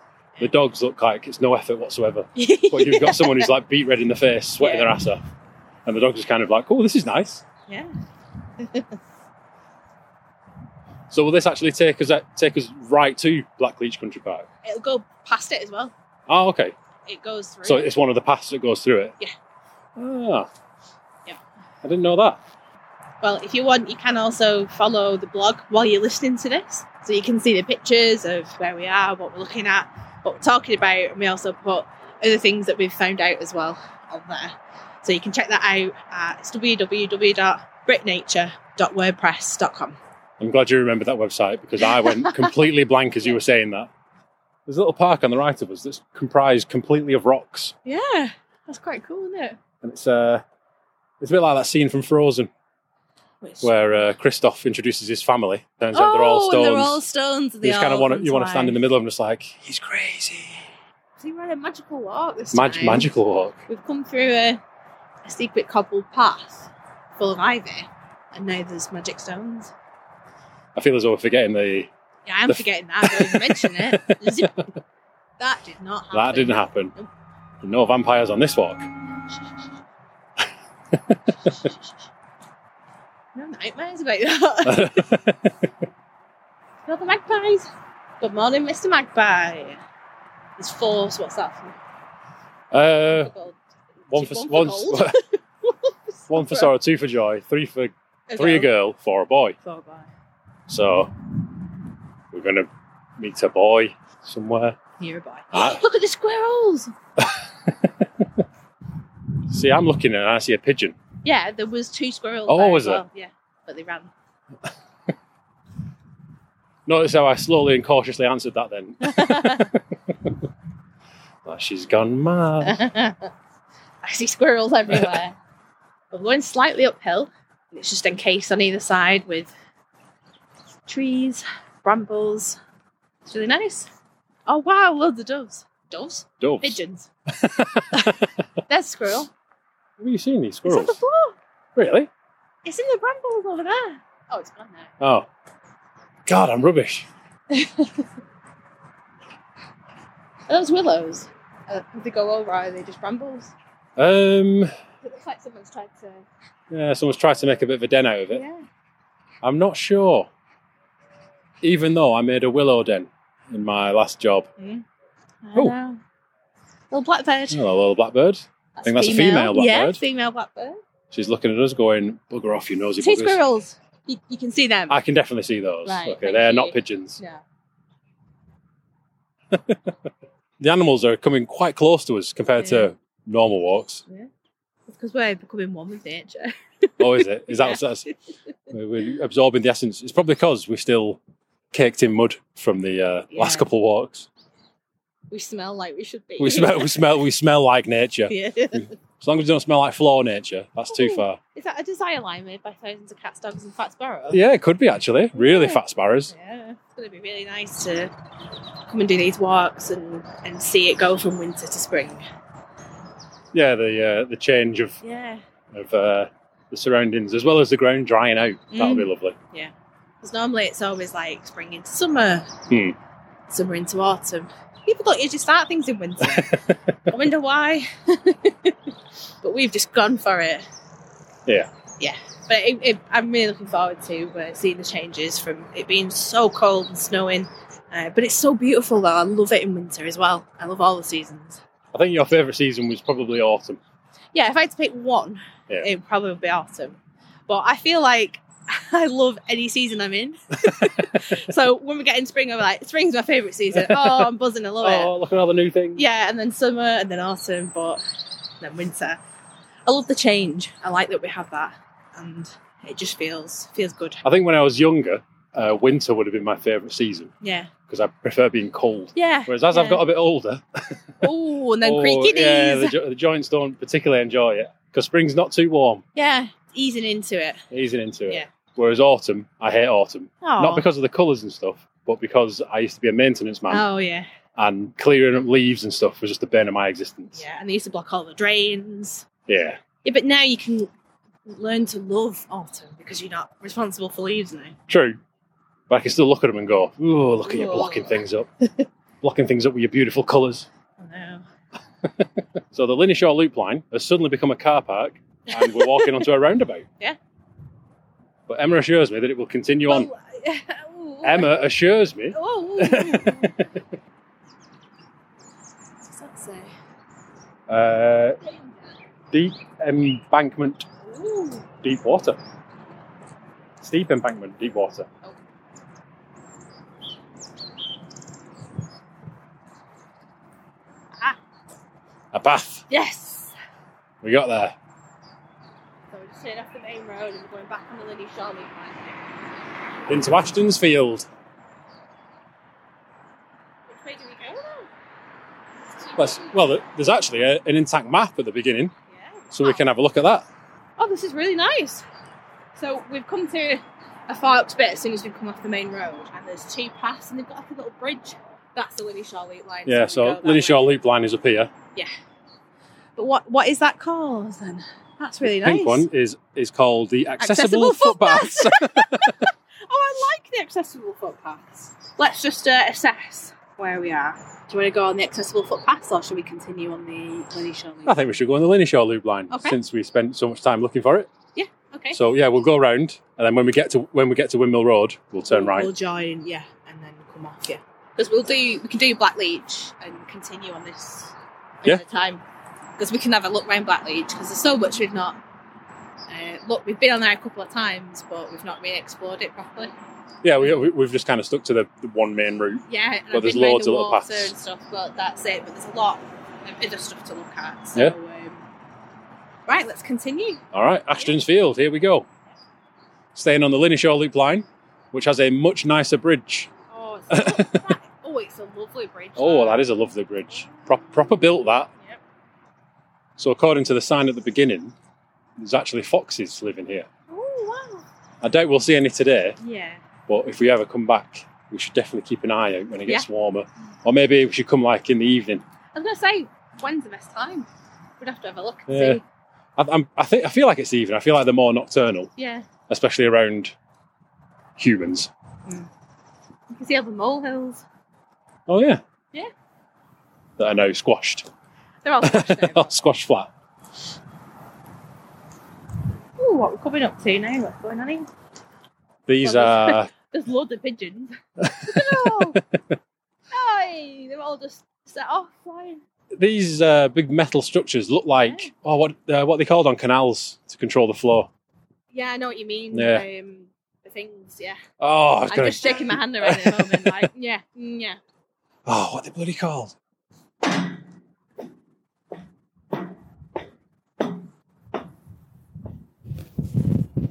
Speaker 2: The dogs look like it's no effort whatsoever. But you've got someone who's like beat red in the face, sweating
Speaker 1: Yeah.
Speaker 2: their ass off. And the dog's just kind of like, oh, this is nice.
Speaker 1: yeah.
Speaker 2: So will this actually take us uh, take us right to Blackleach Country Park?
Speaker 1: It'll go past it as well.
Speaker 2: Oh, okay.
Speaker 1: It goes through.
Speaker 2: So it's one of the paths that goes through it.
Speaker 1: Yeah.
Speaker 2: Ah.
Speaker 1: Yeah.
Speaker 2: I didn't know that.
Speaker 1: well, if you want, you can also follow the blog while you're listening to this. So you can see the pictures of where we are, what we're looking at, what we're talking about. And we also put other things that we've found out as well on there. So you can check that out at it's www.britnature.wordpress.com.
Speaker 2: I'm glad you remembered that website because I went completely blank as you were saying that. There's a little park on the right of us that's comprised completely of rocks.
Speaker 1: Yeah, that's quite cool, isn't it?
Speaker 2: And it's uh it's a bit like that scene from Frozen.
Speaker 1: Which,
Speaker 2: where uh, Christoph introduces his family. Turns out they're all
Speaker 1: Oh,
Speaker 3: Oh, and
Speaker 2: stones.
Speaker 3: they're all stones.
Speaker 2: you
Speaker 3: They
Speaker 2: just kind of want to, you want
Speaker 3: to
Speaker 2: to stand in the middle of them, just like he's crazy.
Speaker 1: so you ran a magical walk this
Speaker 2: Mag-
Speaker 1: time.
Speaker 2: magical walk.
Speaker 1: We've come through a, a secret cobbled path full of ivy, and now there's magic stones.
Speaker 2: I feel as though we're forgetting the
Speaker 1: Yeah, I'm
Speaker 2: The f-
Speaker 1: forgetting that. I don't even mention it. Zip. That did not happen.
Speaker 2: that didn't happen. No vampires on this walk.
Speaker 1: No nightmares about that. Well, the magpies. Good morning, Mr. Magpie. There's four, so what's that? For?
Speaker 2: uh,
Speaker 1: Gold.
Speaker 2: one for one,
Speaker 1: gold?
Speaker 2: one for sorrow, two for joy, three for three a girl, four a boy.
Speaker 1: Four by.
Speaker 2: So we're gonna meet a boy somewhere.
Speaker 1: Nearby.
Speaker 2: Ah.
Speaker 1: Look at the squirrels.
Speaker 2: See, I'm looking and I see a pigeon.
Speaker 1: Yeah, there was two squirrels.
Speaker 2: Oh,
Speaker 1: there
Speaker 2: was
Speaker 1: as well. Yeah, but they ran.
Speaker 2: Notice how I slowly and cautiously answered that then. Like, she's gone mad.
Speaker 1: I see squirrels everywhere. I'm going slightly uphill. and It's just encased on either side with trees, brambles. It's really nice. Oh wow, loads of doves. Doves?
Speaker 2: Doves.
Speaker 1: Pigeons. There's a squirrel.
Speaker 2: Have you seen these
Speaker 1: It's on the
Speaker 2: squirrels?
Speaker 1: floor.
Speaker 2: Really?
Speaker 1: It's in the brambles over there. Oh, it's gone now.
Speaker 2: Oh. God, I'm rubbish.
Speaker 1: Are those willows? Uh, do they go over, or are they just brambles?
Speaker 2: Um,
Speaker 1: It looks like someone's tried to.
Speaker 2: yeah, someone's tried to make a bit of a den out of it.
Speaker 1: Yeah.
Speaker 2: I'm not sure. Even though I made a willow den in my last job.
Speaker 1: I
Speaker 2: Oh.
Speaker 1: know. Little blackbird.
Speaker 2: Hello, little blackbird.
Speaker 1: I
Speaker 2: think that's a female
Speaker 1: Yeah,
Speaker 2: blackbird.
Speaker 1: female blackbird.
Speaker 2: She's looking at us going, bugger off, you nosy
Speaker 1: Two
Speaker 2: buggers.
Speaker 1: squirrels. You, you can see them.
Speaker 2: I can definitely see those.
Speaker 1: Right,
Speaker 2: okay,
Speaker 1: thank
Speaker 2: they're
Speaker 1: you.
Speaker 2: not pigeons.
Speaker 1: Yeah.
Speaker 2: The animals are coming quite close to us compared
Speaker 1: Yeah.
Speaker 2: to normal walks.
Speaker 1: It's because we're becoming one with nature.
Speaker 2: Oh, is it? Is that what's that's, we're- we're absorbing the essence? It's probably because we're still caked in mud from the uh, last
Speaker 1: Yeah.
Speaker 2: couple of walks.
Speaker 1: We smell like we should be.
Speaker 2: We smell, we smell, we smell like nature.
Speaker 1: Yeah.
Speaker 2: As long as we don't smell like floor nature, that's too
Speaker 1: Oh.
Speaker 2: far.
Speaker 1: Is that a desire line made by thousands of cats, dogs, and fat sparrows?
Speaker 2: Yeah, it could be actually. Really
Speaker 1: Yeah.
Speaker 2: fat sparrows.
Speaker 1: Yeah. It's going to be really nice to come and do these walks and, and see it go from winter to spring.
Speaker 2: Yeah, the uh, the change of
Speaker 1: Yeah.
Speaker 2: of uh, the surroundings as well as the ground drying out. That'll
Speaker 1: Mm.
Speaker 2: be lovely.
Speaker 1: Because normally it's always like spring into summer,
Speaker 2: Hmm.
Speaker 1: summer into autumn. People don't usually start things in winter. I wonder why. but we've just gone for it.
Speaker 2: Yeah.
Speaker 1: Yeah. But it, it, I'm really looking forward to uh, seeing the changes from it being so cold and snowing. Uh, but it's so beautiful though. I love it in winter as well. I love all the seasons.
Speaker 2: I think your favourite season was probably autumn.
Speaker 1: Yeah, if I had to pick one,
Speaker 2: Yeah.
Speaker 1: it would probably be autumn. But I feel like I love any season I'm in. so when we get in spring, I'm like, spring's my favourite season. Oh, I'm buzzing. I love it.
Speaker 2: Oh, look at all the new things.
Speaker 1: Yeah, and then summer and then autumn, but then winter. I love the change. I like that we have that, and it just feels feels good.
Speaker 2: I think when I was younger, uh, winter would have been my favourite season
Speaker 1: Yeah,
Speaker 2: because I prefer being cold.
Speaker 1: yeah.
Speaker 2: Whereas as I've
Speaker 1: yeah.
Speaker 2: got a bit older,
Speaker 1: oh, and then
Speaker 2: or-
Speaker 1: creaky knees.
Speaker 2: yeah, the,
Speaker 1: Yeah,
Speaker 2: jo- the joints don't particularly enjoy it because spring's not too warm,
Speaker 1: easing into it.
Speaker 2: easing into it.
Speaker 1: Yeah.
Speaker 2: Whereas autumn, I hate autumn,
Speaker 1: Oh,
Speaker 2: not because of the colours and stuff, but because I used to be a maintenance man
Speaker 1: oh yeah,
Speaker 2: and clearing up leaves and stuff was just the bane of my existence.
Speaker 1: yeah. And they used to block all the drains.
Speaker 2: Yeah.
Speaker 1: Yeah, but now you can learn to love autumn because you're not responsible for leaves now.
Speaker 2: true. But I can still look at them and go, "Oh, look at you
Speaker 1: Ooh.
Speaker 2: blocking things up, blocking things up with your beautiful colours."
Speaker 1: I know.
Speaker 2: So the Linishaw Loop Line has suddenly become a car park, and we're walking onto a roundabout.
Speaker 1: Yeah.
Speaker 2: But Emma assures me that it will continue on.
Speaker 1: Well,
Speaker 2: Emma assures me.
Speaker 1: Oh. What does that say?
Speaker 2: Uh, deep embankment,
Speaker 1: Ooh.
Speaker 2: deep water. Steep embankment, deep water.
Speaker 1: Ah.
Speaker 2: A bath.
Speaker 1: Yes.
Speaker 2: We got there.
Speaker 1: So we're just turning off the main road and we're going back on the Lily Charlotte line.
Speaker 2: Into Ashton's Field.
Speaker 1: Which way do we go now?
Speaker 2: Let's, well, there's actually a, an intact map at the beginning,
Speaker 1: Yeah.
Speaker 2: so we can have a look at that.
Speaker 1: Oh, this is really nice. So we've come to a forked bit as soon as we've come off the main road, and there's two paths, and they've got like a little bridge. That's the Linnyshaw Loop line.
Speaker 2: Yeah,
Speaker 1: we go
Speaker 2: so
Speaker 1: that way.
Speaker 2: Linnyshaw Loop Line is up here.
Speaker 1: But what what is that called then? That's really
Speaker 2: the
Speaker 1: nice.
Speaker 2: pink one is is called the Accessible,
Speaker 1: Accessible
Speaker 2: Footpaths.
Speaker 1: Oh, I like the accessible footpaths. Let's just uh, assess where we are. Do you want to go on the accessible footpaths, or shall we continue on the Linnyshaw Loop?
Speaker 2: I think we should go on the Linnyshaw Loop Line
Speaker 1: Okay.
Speaker 2: since we spent so much time looking for it.
Speaker 1: Okay.
Speaker 2: So yeah, we'll go round, and then when we get to when we get to Windmill Road, we'll turn
Speaker 1: We'll-
Speaker 2: right.
Speaker 1: We'll join, yeah, and then come off, yeah. Because we'll do, we can do Black Leech and continue on this another time. Because we can have a look round Black Leech. Because there's so much we've not. Uh, look, we've been on there a couple of times, but we've not really explored it properly.
Speaker 2: yeah, we, we, we've just kind of stuck to the, the one main route.
Speaker 1: Yeah, and
Speaker 2: Well,
Speaker 1: I've
Speaker 2: there's
Speaker 1: been round
Speaker 2: loads
Speaker 1: the
Speaker 2: of little
Speaker 1: water
Speaker 2: paths.
Speaker 1: and stuff, but that's it. But there's a lot of other stuff to look at. So,
Speaker 2: Yeah.
Speaker 1: um, right, let's continue.
Speaker 2: All right, Ashton's Field. Here we go. Staying on the Linnyshaw Loop Line, which has a much nicer bridge.
Speaker 1: Oh, it's a, lo- that- oh, it's a lovely bridge.
Speaker 2: Oh, that is a lovely bridge. Pro- proper built that.
Speaker 1: Yep.
Speaker 2: So according to the sign at the beginning, there's actually foxes living here.
Speaker 1: Oh, wow.
Speaker 2: I doubt we'll see any today,
Speaker 1: Yeah.
Speaker 2: but if we ever come back, we should definitely keep an eye out when it gets warmer. Or maybe we should come like in the evening.
Speaker 1: I was gonna say, when's the best time? We'd have to have a look and
Speaker 2: Yeah.
Speaker 1: see.
Speaker 2: I, I'm, I think I feel like it's the evening. I feel like they're more nocturnal,
Speaker 1: Yeah.
Speaker 2: especially around humans.
Speaker 1: You can see all the molehills.
Speaker 2: Oh yeah,
Speaker 1: Yeah.
Speaker 2: that are now squashed,
Speaker 1: They're all squashed over.
Speaker 2: squashed flat.
Speaker 1: Ooh, what we're coming up to now, what's going on here?
Speaker 2: These uh,
Speaker 1: Well,
Speaker 2: are
Speaker 1: There's loads of pigeons. no! Hey, they're all just set off flying.
Speaker 2: these uh, big metal structures look like
Speaker 1: Yeah.
Speaker 2: oh what uh, what are they called on canals to control the flow.
Speaker 1: Yeah, I know what you mean.
Speaker 2: Yeah.
Speaker 1: Um, the things, yeah.
Speaker 2: Oh, I was
Speaker 1: I'm
Speaker 2: gonna.
Speaker 1: just shaking my hand around at the moment. Like, yeah, mm, yeah.
Speaker 2: Oh, what are they bloody called?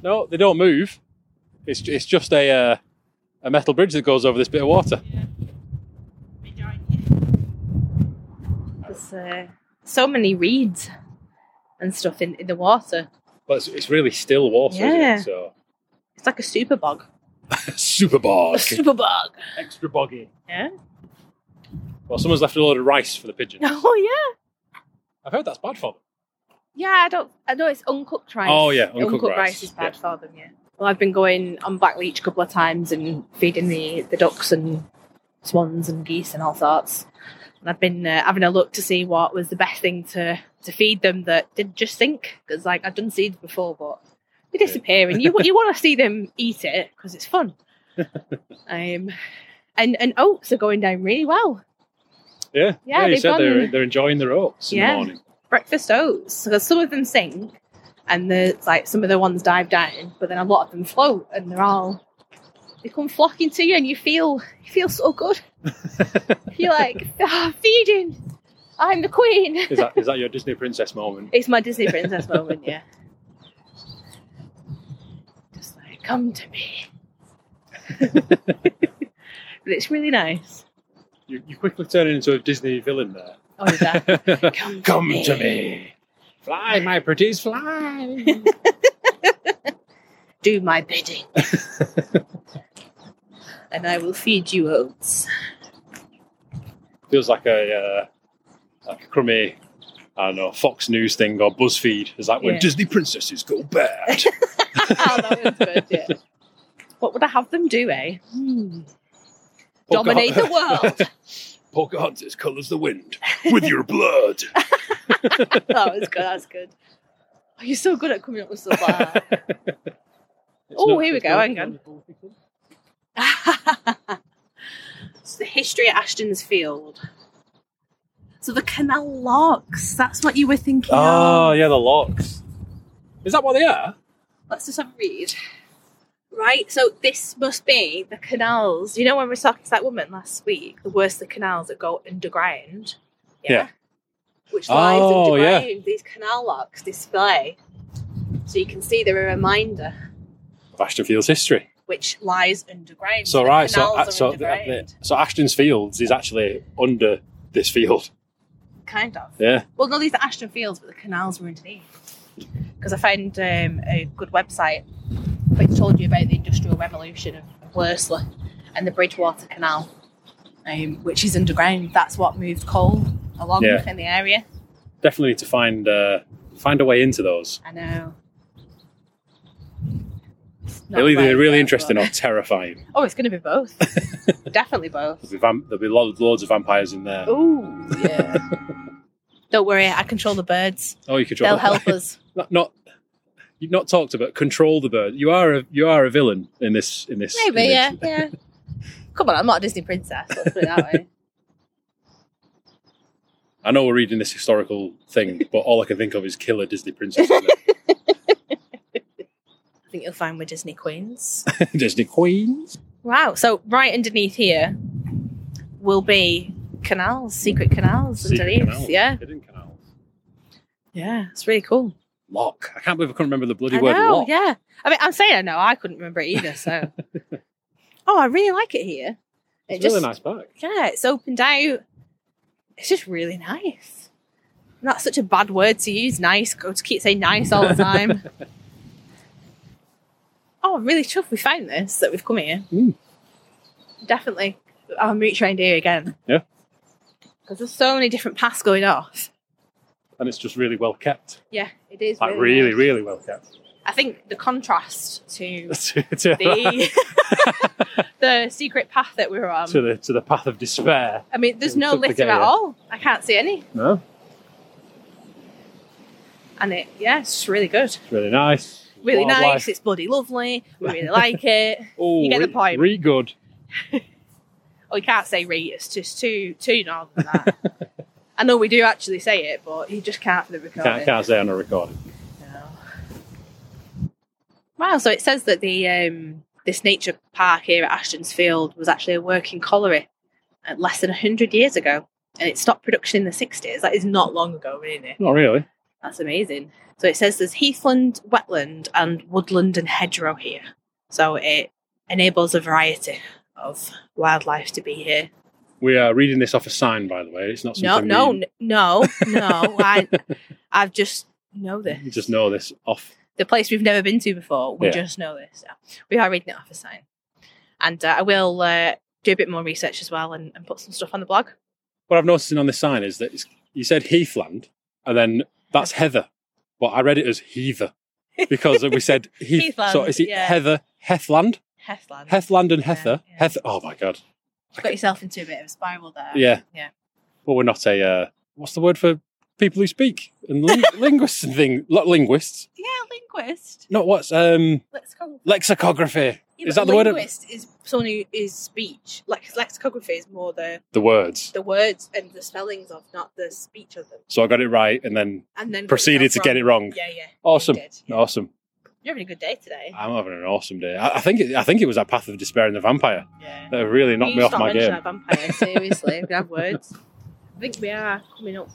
Speaker 2: No, they don't move. It's it's just a uh, a metal bridge that goes over this bit of water.
Speaker 1: There's uh, so many reeds and stuff in, in the water.
Speaker 2: But it's, it's really still water,
Speaker 1: Yeah.
Speaker 2: isn't it?
Speaker 1: It's like a super bog.
Speaker 2: So super
Speaker 1: A
Speaker 2: bog,
Speaker 1: super bog.
Speaker 2: extra boggy.
Speaker 1: Yeah.
Speaker 2: Well, someone's left a load of rice for the pigeons.
Speaker 1: Oh yeah.
Speaker 2: I've heard that's bad for them.
Speaker 1: Yeah, I don't. I know it's uncooked rice.
Speaker 2: Oh yeah,
Speaker 1: uncooked, rice. is bad for them. Yeah. Well, I've been going on Black Leech a couple of times and feeding the the ducks and swans and geese and all sorts. And I've been uh, having a look to see what was the best thing to to feed them that did just sink because like I've done seeds before, but they
Speaker 2: Yeah.
Speaker 1: disappear and you you want to see them eat it because it's fun. um, and and oats are going down really well.
Speaker 2: Yeah, yeah.
Speaker 1: Yeah,
Speaker 2: you
Speaker 1: they've
Speaker 2: said they're,
Speaker 1: gone-
Speaker 2: they're enjoying their oats in
Speaker 1: Yeah.
Speaker 2: the morning.
Speaker 1: breakfast oats because some of them sink and the like some of the ones dive down but then a lot of them float and they're all they come flocking to you and you feel you feel so good you're like ah, feeding i'm the queen
Speaker 2: Is that is that your Disney princess moment?
Speaker 1: it's my disney princess moment yeah just like come to me but it's really nice
Speaker 2: You, you quickly turn into a Disney villain there.
Speaker 1: oh is that come,
Speaker 2: Come to me. Fly, my pretties, fly.
Speaker 1: do my bidding. and I will feed you oats.
Speaker 2: Feels like a uh, like a crummy, I don't know, Fox News thing or BuzzFeed. It's like when
Speaker 1: Yeah.
Speaker 2: Disney princesses go bad.
Speaker 1: oh, that was good, yeah. What would I have them do, eh? Oh, Hmm. Dominate the world.
Speaker 2: Pocahontas colours the wind with your blood.
Speaker 1: that was good, that's good. Oh, you're so good at coming up with stuff like that.
Speaker 2: It's
Speaker 1: Oh, here we
Speaker 2: it's
Speaker 1: go, hang on. it's the history at Ashton's Field. So the canal locks, that's what you were thinking
Speaker 2: Oh,
Speaker 1: of.
Speaker 2: yeah, the locks. Is that what they are?
Speaker 1: Let's just have a read. Right, so this must be the canals. You know when we were talking to that woman last week, the worst the canals that go underground.
Speaker 2: Yeah.
Speaker 1: Which lies
Speaker 2: Oh, yeah.
Speaker 1: underground, these canal locks display. So you can see they're a reminder
Speaker 2: Of Ashton Fields history.
Speaker 1: which lies underground.
Speaker 2: So
Speaker 1: the
Speaker 2: right, so uh,
Speaker 1: canals are
Speaker 2: so,
Speaker 1: underground.
Speaker 2: so Ashton's Fields is actually under this field.
Speaker 1: kind of.
Speaker 2: Yeah.
Speaker 1: Well, no, these are Ashton Fields, but the canals were underneath. Because I found um, a good website which told you about the Industrial Revolution of, of Lursley and the Bridgewater Canal, um, which is underground. That's what moved coal along
Speaker 2: Yeah.
Speaker 1: in the area.
Speaker 2: Definitely need to find uh, find a way into those.
Speaker 1: I know.
Speaker 2: They're either
Speaker 1: great,
Speaker 2: really
Speaker 1: but-
Speaker 2: interesting or terrifying.
Speaker 1: Oh, it's going to be both. Definitely both.
Speaker 2: There'll be, vamp- there'll be lo- loads of vampires in there.
Speaker 1: Ooh, yeah. Don't worry, I control the birds.
Speaker 2: Oh, you could
Speaker 1: They'll
Speaker 2: draw-
Speaker 1: help us.
Speaker 2: not, not you've not talked about control the bird. You are a you are a villain in this in this.
Speaker 1: Maybe,
Speaker 2: in
Speaker 1: yeah,
Speaker 2: this-
Speaker 1: yeah. Come on, I'm not a Disney princess. Let's put it that way.
Speaker 2: I know we're reading this historical thing, but all I can think of is killer Disney princess
Speaker 1: I think you'll find we're Disney queens.
Speaker 2: Disney queens.
Speaker 1: Wow. So right underneath here will be canals, secret canals
Speaker 2: Secret
Speaker 1: underneath.
Speaker 2: canals.
Speaker 1: Yeah.
Speaker 2: Hidden canals.
Speaker 1: Yeah. It's really cool.
Speaker 2: Lock. I can't believe I couldn't remember the bloody
Speaker 1: I
Speaker 2: word
Speaker 1: know,
Speaker 2: lock.
Speaker 1: yeah. I mean I'm saying I know, I couldn't remember it either, so Oh, I really like it here. It
Speaker 2: It's
Speaker 1: just
Speaker 2: really nice back.
Speaker 1: Yeah, it's opened out. It's just really nice. And that's such a bad word to use, nice. Go to keep saying nice all the time. oh, I'm really chuffed we found this that we've come here.
Speaker 2: Mm.
Speaker 1: Definitely. I'll meet around here again.
Speaker 2: Yeah.
Speaker 1: Because there's so many different paths going off.
Speaker 2: And it's just really well kept.
Speaker 1: Yeah, it is.
Speaker 2: Like really,
Speaker 1: nice.
Speaker 2: really well kept.
Speaker 1: I think the contrast to
Speaker 2: to, to,
Speaker 1: the the secret path that we were on.
Speaker 2: to the to the path of despair.
Speaker 1: I mean, there's no
Speaker 2: Took the
Speaker 1: litter at
Speaker 2: gate.
Speaker 1: all. I can't see any.
Speaker 2: No,
Speaker 1: and it yeah, it's just really good.
Speaker 2: it's really nice.
Speaker 1: Really
Speaker 2: Wildlife.
Speaker 1: nice. It's bloody lovely. We really like it.
Speaker 2: Oh,
Speaker 1: You get the
Speaker 2: re-
Speaker 1: point.
Speaker 2: Re good.
Speaker 1: Oh, you can't say re. It's just too too northern. That. I know we do actually say it, but you just can't for the
Speaker 2: Can't,
Speaker 1: recording.
Speaker 2: can't say on a recording.
Speaker 1: No. Wow. So it says that the um, this nature park here at Ashton's Field was actually a working colliery uh, less than hundred years ago, and it stopped production in the sixties. That is not long ago, really.
Speaker 2: Not really.
Speaker 1: That's amazing. So it says there's heathland, wetland, and woodland and hedgerow here. So it enables a variety of wildlife to be here.
Speaker 2: We are reading this off a sign, by the way. It's not
Speaker 1: No,
Speaker 2: something
Speaker 1: no,
Speaker 2: we-
Speaker 1: n- no, no. I, I've just know this.
Speaker 2: You just know this off.
Speaker 1: The place we've never been to before, we
Speaker 2: Yeah.
Speaker 1: just know this. So we are reading it off a sign. And uh, I will uh, do a bit more research as well and, and put some stuff on the blog.
Speaker 2: What I'm noticing on this sign is that it's, you said heathland, and then that's heather, but I read it as heather because we said heath.
Speaker 1: Heathland,
Speaker 2: so is it
Speaker 1: yeah.
Speaker 2: heather, heathland,
Speaker 1: Hethland.
Speaker 2: heathland, and
Speaker 1: Yeah,
Speaker 2: heather?
Speaker 1: yeah.
Speaker 2: Heth. Oh my god.
Speaker 1: Got yourself into a bit of a spiral there.
Speaker 2: Um, Yeah.
Speaker 1: Yeah.
Speaker 2: But we're not a. Uh, what's the word for people who speak and ling- linguists and things? Not linguists.
Speaker 1: Yeah, linguist.
Speaker 2: Not what's um
Speaker 1: Let's go.
Speaker 2: lexicography.
Speaker 1: Yeah,
Speaker 2: Is
Speaker 1: but
Speaker 2: that the word?
Speaker 1: Linguist is someone who is speech. Like lexicography is more the
Speaker 2: The words.
Speaker 1: the words and the spellings of, not the speech of them.
Speaker 2: So I got it right and then
Speaker 1: And then
Speaker 2: proceeded to get it wrong.
Speaker 1: Yeah, yeah.
Speaker 2: Awesome.
Speaker 1: You did, yeah.
Speaker 2: Awesome. Ah,
Speaker 1: You're having a good day today.
Speaker 2: I'm having an awesome day. I, I think it, I think it was that Path of Despair and the Vampire
Speaker 1: Yeah.
Speaker 2: that really knocked me off my game.
Speaker 1: That vampire. Seriously, we have words. I think we are coming up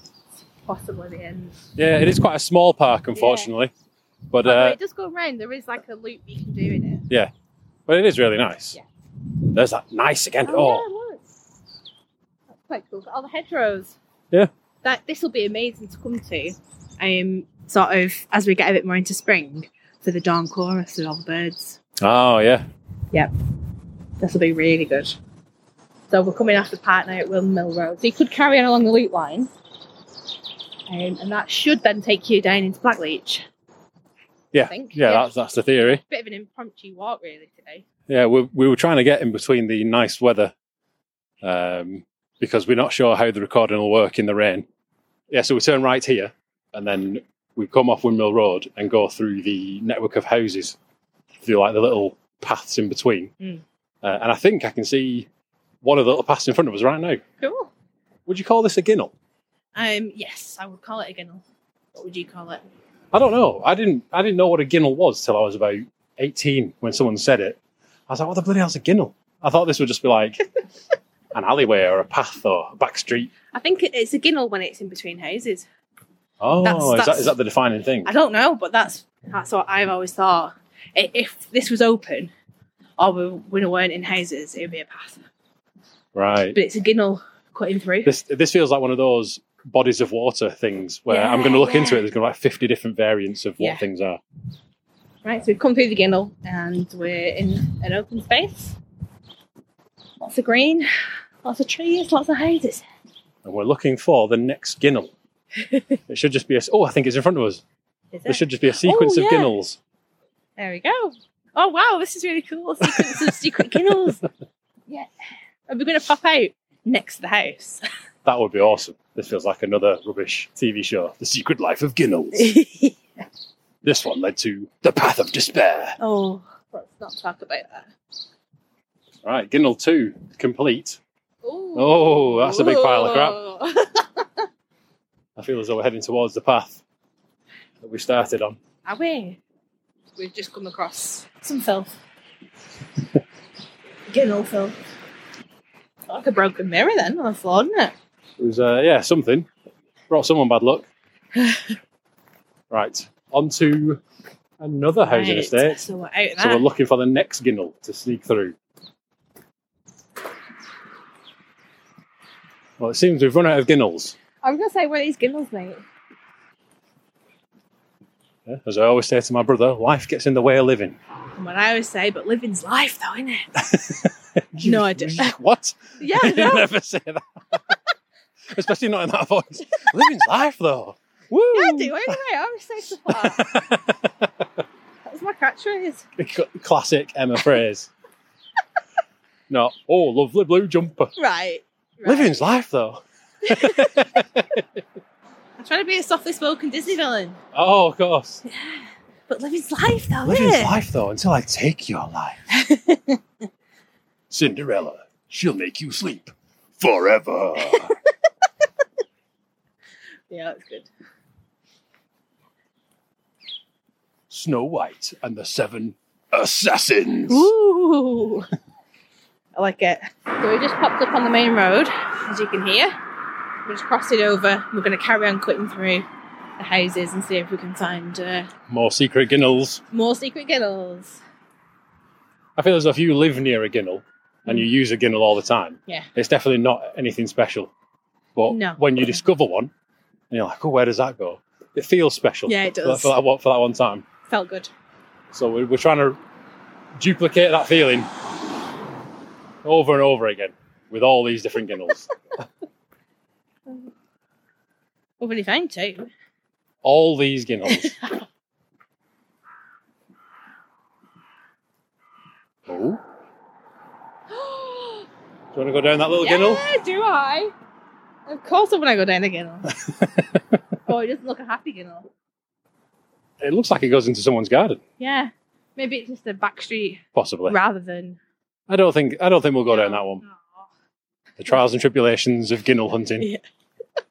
Speaker 1: possibly the end.
Speaker 2: Yeah, it is quite a small park, unfortunately, but
Speaker 1: Although
Speaker 2: uh,
Speaker 1: it does go round. There is like a loop you can do in it.
Speaker 2: but it is really nice.
Speaker 1: Yeah.
Speaker 2: There's that nice again. Oh,
Speaker 1: yeah, look. That's quite cool. Got all the hedgerows.
Speaker 2: Yeah.
Speaker 1: That this will be amazing to come to. Um, sort of as we get a bit more into spring for the dawn chorus and all the birds.
Speaker 2: oh yeah.
Speaker 1: This will be really good. So we're coming off the park now at Will Mill Road. So you could carry on along the loop line, um, and that should then take you down into Blackleach.
Speaker 2: Yeah,
Speaker 1: I think.
Speaker 2: yeah, That's that's the theory.
Speaker 1: Bit of an impromptu walk, really today.
Speaker 2: Yeah, we we were trying to get in between the nice weather, um, because we're not sure how the recording will work in the rain. Yeah, so we turn right here, and then we come off Windmill Road and go through the network of houses, through like the little paths in between.
Speaker 1: Mm.
Speaker 2: Uh, and I think I can see one of the little paths in front of us right now.
Speaker 1: Cool.
Speaker 2: Would you call this a ginnel?
Speaker 1: Um, yes, I would call it a ginnel. What would you call it?
Speaker 2: I don't know. I didn't. I didn't know what a ginnel was till I was about eighteen when someone said it. I was like, "What the bloody hell's a ginnel?" I thought this would just be like an alleyway or a path or a back street.
Speaker 1: I think it- it's a ginnel when it's in between houses.
Speaker 2: Oh,
Speaker 1: That's-
Speaker 2: is that
Speaker 1: that's-
Speaker 2: is that the defining thing?
Speaker 1: I don't know, but that's that's what I've always thought. I- If this was open, or we, we weren't in houses, it would be a path.
Speaker 2: Right.
Speaker 1: But it's a ginnel cutting through.
Speaker 2: This this feels like one of those bodies of water things where I'm
Speaker 1: Yeah,
Speaker 2: going to look
Speaker 1: yeah.
Speaker 2: into it. There's going to be like fifty different variants of what
Speaker 1: Yeah.
Speaker 2: things are.
Speaker 1: Right, so we've come through the ginnel and we're in an open space. Lots of green, lots of trees, lots of houses.
Speaker 2: And we're looking for the next ginnel. it should just be a. s- Oh, I think it's in front of us.
Speaker 1: Is
Speaker 2: There should just be a sequence
Speaker 1: Oh,
Speaker 2: of
Speaker 1: yeah.
Speaker 2: ginnels.
Speaker 1: There we go. Oh wow, this is really cool. Secrets of secret kennels. Yeah. Are we going to pop out next to the house?
Speaker 2: That would be awesome. This feels like another rubbish TV show. The Secret Life of Ginnels. this one led to The Path of Despair.
Speaker 1: oh, let's not talk about that.
Speaker 2: All right, Ginnel 2, complete.
Speaker 1: Ooh.
Speaker 2: Oh, that's a big pile of crap.
Speaker 1: crap.
Speaker 2: I feel as though we're heading towards the path that we started on.
Speaker 1: Are we? We've just come across some filth. Ginnel filth. Like a broken mirror then on the floor, isn't it?
Speaker 2: It was, uh, yeah, something. Brought someone bad luck. right, on to another housing
Speaker 1: Right,
Speaker 2: estate.
Speaker 1: So we're out of
Speaker 2: So
Speaker 1: that.
Speaker 2: we're looking for the next Ginnel to sneak through. Well, it seems we've run out of Ginnels.
Speaker 1: I'm going to say, where are these ginnels, mate?
Speaker 2: Yeah, As I always say to my brother, life gets in the way of living.
Speaker 1: And what I always say, but living's life though, isn't it? No idea.
Speaker 2: what?
Speaker 1: Yeah,
Speaker 2: You
Speaker 1: no.
Speaker 2: never say that. Especially not in that voice. Living's life, though. Woo!
Speaker 1: Yeah, I do anyway. I always say support. That was my catchphrase.
Speaker 2: Classic Emma phrase. no. Oh, lovely blue jumper.
Speaker 1: Right. right.
Speaker 2: Living's life, though.
Speaker 1: I'm trying to be a softly spoken Disney villain.
Speaker 2: Oh, of course.
Speaker 1: But living's life though,
Speaker 2: Living's
Speaker 1: isn't it?
Speaker 2: life, though, until I take your life. Cinderella, she'll make you sleep forever.
Speaker 1: Yeah, that's good.
Speaker 2: Snow White and the Seven Assassins.
Speaker 1: Ooh. I like it. So we just popped up on the main road, as you can hear. We're just crossing over. We're going to carry on cutting through the houses and see if we can find uh,
Speaker 2: More secret ginnels.
Speaker 1: more secret ginnels.
Speaker 2: I feel as if you live near a ginnel and you use a ginnel all the time.
Speaker 1: Mm. Yeah.
Speaker 2: It's definitely not anything special. But
Speaker 1: No.
Speaker 2: when you discover one and you're like, oh, where does that go? It feels special.
Speaker 1: Yeah, it
Speaker 2: for that-
Speaker 1: does.
Speaker 2: For that, one- for that one time.
Speaker 1: Felt good.
Speaker 2: So we're, we're trying to duplicate that feeling over and over again with all these different ginnels.
Speaker 1: We're really fine too.
Speaker 2: all these ginnels. oh, do you want to go down that little ginnel?
Speaker 1: Yeah, do I? Of course, I want to go down the Ginnel. oh, it doesn't look a happy Ginnel.
Speaker 2: It looks like it goes into someone's garden,
Speaker 1: Yeah, maybe it's just a back street
Speaker 2: possibly.
Speaker 1: rather than.
Speaker 2: I don't think I don't think we'll go down that one.
Speaker 1: Aw.
Speaker 2: The trials and tribulations of ginnel hunting.
Speaker 1: Yeah.
Speaker 2: All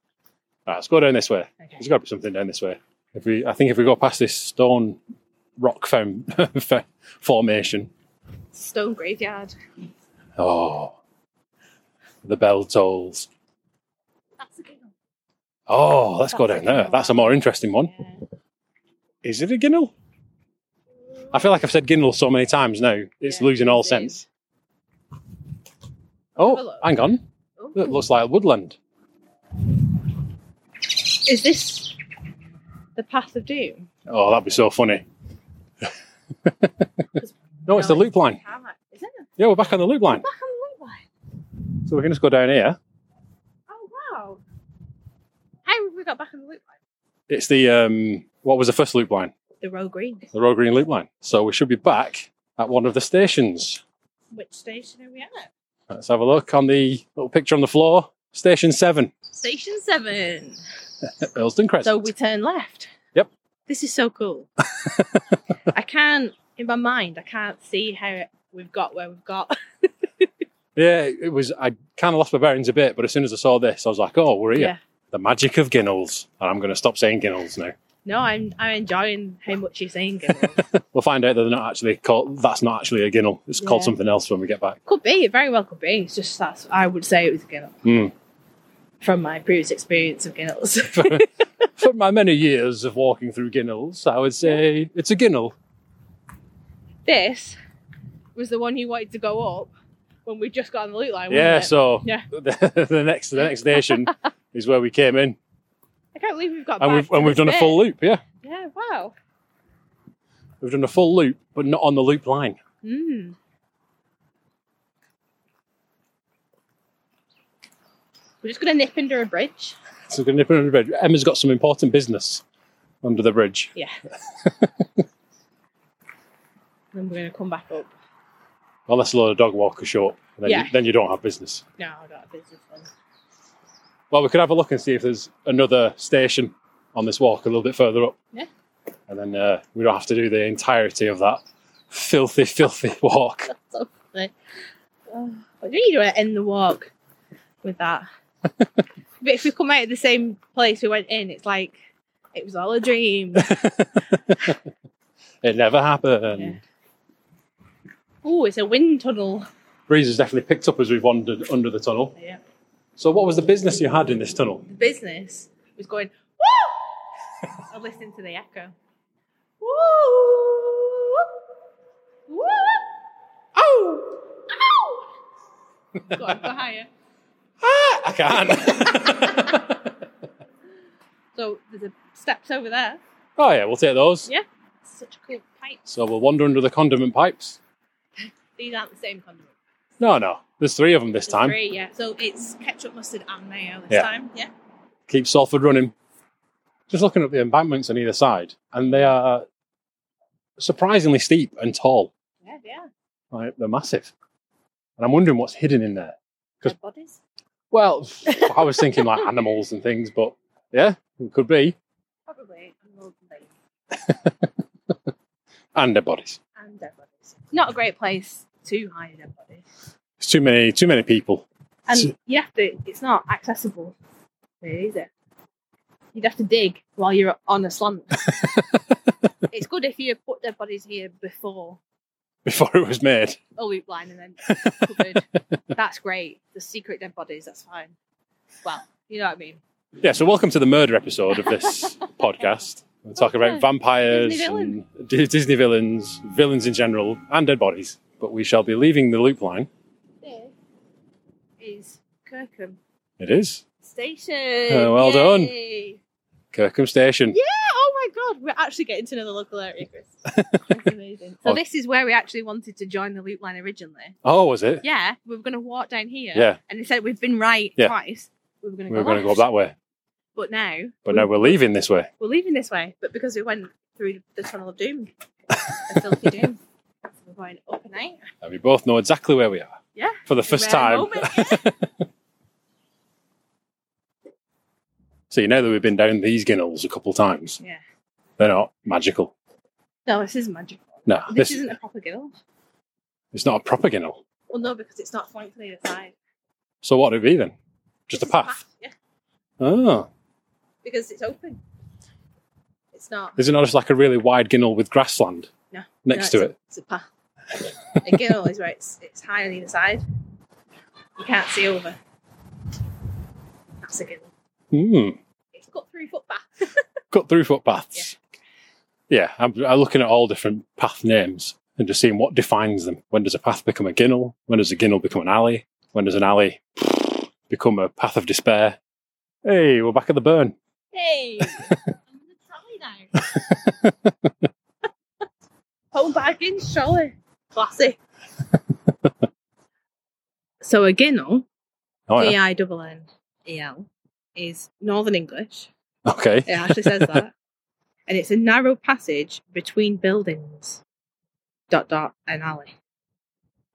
Speaker 2: right, let's go down this way.
Speaker 1: Okay.
Speaker 2: There's got to be something down this way. If we, I think if we go past this stone rock found, formation,
Speaker 1: Stone graveyard.
Speaker 2: oh, the bell tolls.
Speaker 1: That's a Ginnel.
Speaker 2: Oh, let's go
Speaker 1: That's
Speaker 2: down
Speaker 1: a
Speaker 2: there.
Speaker 1: ginnel.
Speaker 2: That's a more interesting one.
Speaker 1: Yeah.
Speaker 2: Is it a ginnel? I feel like I've said ginnel so many times now, it's
Speaker 1: Yeah,
Speaker 2: losing all
Speaker 1: it is.
Speaker 2: sense.
Speaker 1: Have a
Speaker 2: Oh,
Speaker 1: look.
Speaker 2: hang on.
Speaker 1: Ooh.
Speaker 2: It looks like woodland.
Speaker 1: Is this the path of doom?
Speaker 2: Oh, that'd be so funny. No, it's the loop line.
Speaker 1: Tarmac. Is it?
Speaker 2: Yeah, we're back on the loop line.
Speaker 1: Back on the loop line.
Speaker 2: So we can just go down here.
Speaker 1: Oh wow! How have we got back on the loop line?
Speaker 2: It's the um, what was the first loop line?
Speaker 1: The road green.
Speaker 2: The Royal Green loop line. So we should be back at one of the stations.
Speaker 1: Which station are we at?
Speaker 2: Let's have a look on the little picture on the floor. Station seven,
Speaker 1: Station seven.
Speaker 2: at Earlston Crescent.
Speaker 1: So we turn left.
Speaker 2: Yep.
Speaker 1: This is so cool. I can't, in my mind, I can't see how we've got where we've got.
Speaker 2: yeah, it was. I kind of lost my bearings a bit, but as soon as I saw this, I was like, "Oh, we're here."
Speaker 1: Yeah.
Speaker 2: The magic of Ginnels, and I'm going to stop saying Ginnels now.
Speaker 1: No, I'm I'm enjoying how much you're saying. Gimbal.
Speaker 2: We'll find out that they're not actually called. That's not actually a Ginnel. It's called
Speaker 1: Yeah.
Speaker 2: something else when we get back.
Speaker 1: could be, it very well could be. It's just that's I would say it was Ginnel
Speaker 2: Hmm.
Speaker 1: from my previous experience of Ginnels.
Speaker 2: From my many years of walking through Ginnels, I would say it's a Ginnel.
Speaker 1: this was the one you wanted to go up when we just got on the loot line. wasn't
Speaker 2: Yeah.
Speaker 1: it?
Speaker 2: So
Speaker 1: Yeah.
Speaker 2: The, the next the next station is where we came in,
Speaker 1: I can't believe we've got.
Speaker 2: and
Speaker 1: back
Speaker 2: we've
Speaker 1: to
Speaker 2: and we've
Speaker 1: this
Speaker 2: done a
Speaker 1: bit.
Speaker 2: full loop. Yeah.
Speaker 1: Yeah. Wow.
Speaker 2: We've done a full loop, but not on the loop line.
Speaker 1: Mm. We're just going to nip under a bridge.
Speaker 2: So we're going to nip under the bridge. Emma's got some important business under the bridge.
Speaker 1: Yeah. then we're going to come back up.
Speaker 2: Unless a lot of dog walker short. and Then,
Speaker 1: Yeah.
Speaker 2: you, then you don't have business.
Speaker 1: No, not a business one.
Speaker 2: Well, we could have a look and see if there's another station on this walk a little bit further up.
Speaker 1: Yeah.
Speaker 2: And then uh, we don't have to do the entirety of that filthy, filthy walk.
Speaker 1: That's so funny. Oh, I don't need to end the walk with that. but if we come out at the same place we went in, it's like it was all a dream.
Speaker 2: It never happened.
Speaker 1: Yeah. oh, it's a wind tunnel.
Speaker 2: Breeze has definitely picked up as we've wandered under the tunnel.
Speaker 1: Yeah.
Speaker 2: So, what was the business you had in this tunnel?
Speaker 1: The business was going, woo! I listened to the echo. Woo! Woo! Oh! Ow! Go on, go higher.
Speaker 2: Ah, I can't.
Speaker 1: So there's a steps over there.
Speaker 2: oh, yeah, we'll take those.
Speaker 1: Yeah. Such a cool pipe.
Speaker 2: So, we'll wander under the condiment pipes.
Speaker 1: These aren't the same condiment.
Speaker 2: No, no, there's three of them this
Speaker 1: There's
Speaker 2: time.
Speaker 1: Three, yeah. So it's ketchup, mustard, and mayo this
Speaker 2: Yeah.
Speaker 1: time. Yeah.
Speaker 2: Keep Salford running. Just looking at the embankments on either side, and they are surprisingly steep and tall.
Speaker 1: Yeah, yeah.
Speaker 2: Like, they're massive. And I'm wondering what's hidden in there. Just-
Speaker 1: Dead bodies.
Speaker 2: Well, I was thinking like animals and things, but yeah, it could be.
Speaker 1: Probably. unloading things
Speaker 2: And their bodies.
Speaker 1: And dead bodies. Not a great place to hide dead bodies.
Speaker 2: It's too many, too many people. So-
Speaker 1: And you have to, it's not accessible, really, is it? You'd have to dig while you're on a slant. it's good if you put dead bodies here before
Speaker 2: before it was made.
Speaker 1: a loop line and then covered. that's great. The secret dead bodies, that's fine. Well, you know what I mean.
Speaker 2: Yeah, so welcome to the murder episode of this podcast. We're talking
Speaker 1: Okay.
Speaker 2: about vampires,
Speaker 1: Disney villain.
Speaker 2: and D- Disney villains, villains in general, and dead bodies. But we shall be leaving the loop line.
Speaker 1: This is Kirkham
Speaker 2: It is
Speaker 1: Station.
Speaker 2: Oh, well done.
Speaker 1: Yay.
Speaker 2: Kirkham Station.
Speaker 1: Yeah, oh my god, we're actually getting to know the local area, Chris. That's amazing. So
Speaker 2: Oh.
Speaker 1: this is where we actually wanted to join the loop line originally.
Speaker 2: Oh, was it?
Speaker 1: Yeah, we were going to walk down here.
Speaker 2: Yeah.
Speaker 1: And they said we've been right
Speaker 2: Yeah.
Speaker 1: twice. We were going to
Speaker 2: We
Speaker 1: go,
Speaker 2: were going to go up
Speaker 1: left,
Speaker 2: that way,
Speaker 1: But now,
Speaker 2: but now we're leaving this way.
Speaker 1: we're leaving this way. But because we went through the tunnel of doom, the filthy doom, so we're going up and out.
Speaker 2: And we both know exactly where we are.
Speaker 1: Yeah.
Speaker 2: For the first
Speaker 1: Rare
Speaker 2: time.
Speaker 1: moment.
Speaker 2: So you know that we've been down these ginnels a couple times.
Speaker 1: Yeah.
Speaker 2: They're not magical.
Speaker 1: no, this is magical.
Speaker 2: No,
Speaker 1: This,
Speaker 2: this,
Speaker 1: isn't a proper guild.
Speaker 2: it's not a proper ginnel.
Speaker 1: Well, no, because it's not flanked on either side.
Speaker 2: So what would it be then? Just
Speaker 1: It's
Speaker 2: a path.
Speaker 1: Yeah,
Speaker 2: Oh.
Speaker 1: because it's open. It's not.
Speaker 2: Is it not just like a really wide ginnel with grassland
Speaker 1: No.
Speaker 2: next
Speaker 1: No,
Speaker 2: to
Speaker 1: it's A,
Speaker 2: it?
Speaker 1: it's a path. a gill is where it's it's high on either side. You can't see over. That's a gill.
Speaker 2: Hmm.
Speaker 1: It's cut through footpath.
Speaker 2: Cut through footpaths. Yeah, I'm, I'm looking at all different path names and just seeing what defines them. When does a path become a ginnel? When does a ginnel become an alley? When does an alley become a path of despair? Hey, we're back at the burn.
Speaker 1: Hey! I'm gonna try now. Home back in, surely. Classy. so a ginnel,
Speaker 2: Oh, yeah.
Speaker 1: G I double N E L, is Northern English.
Speaker 2: Okay.
Speaker 1: It actually says that. And it's a narrow passage between buildings. Dot dot an alley.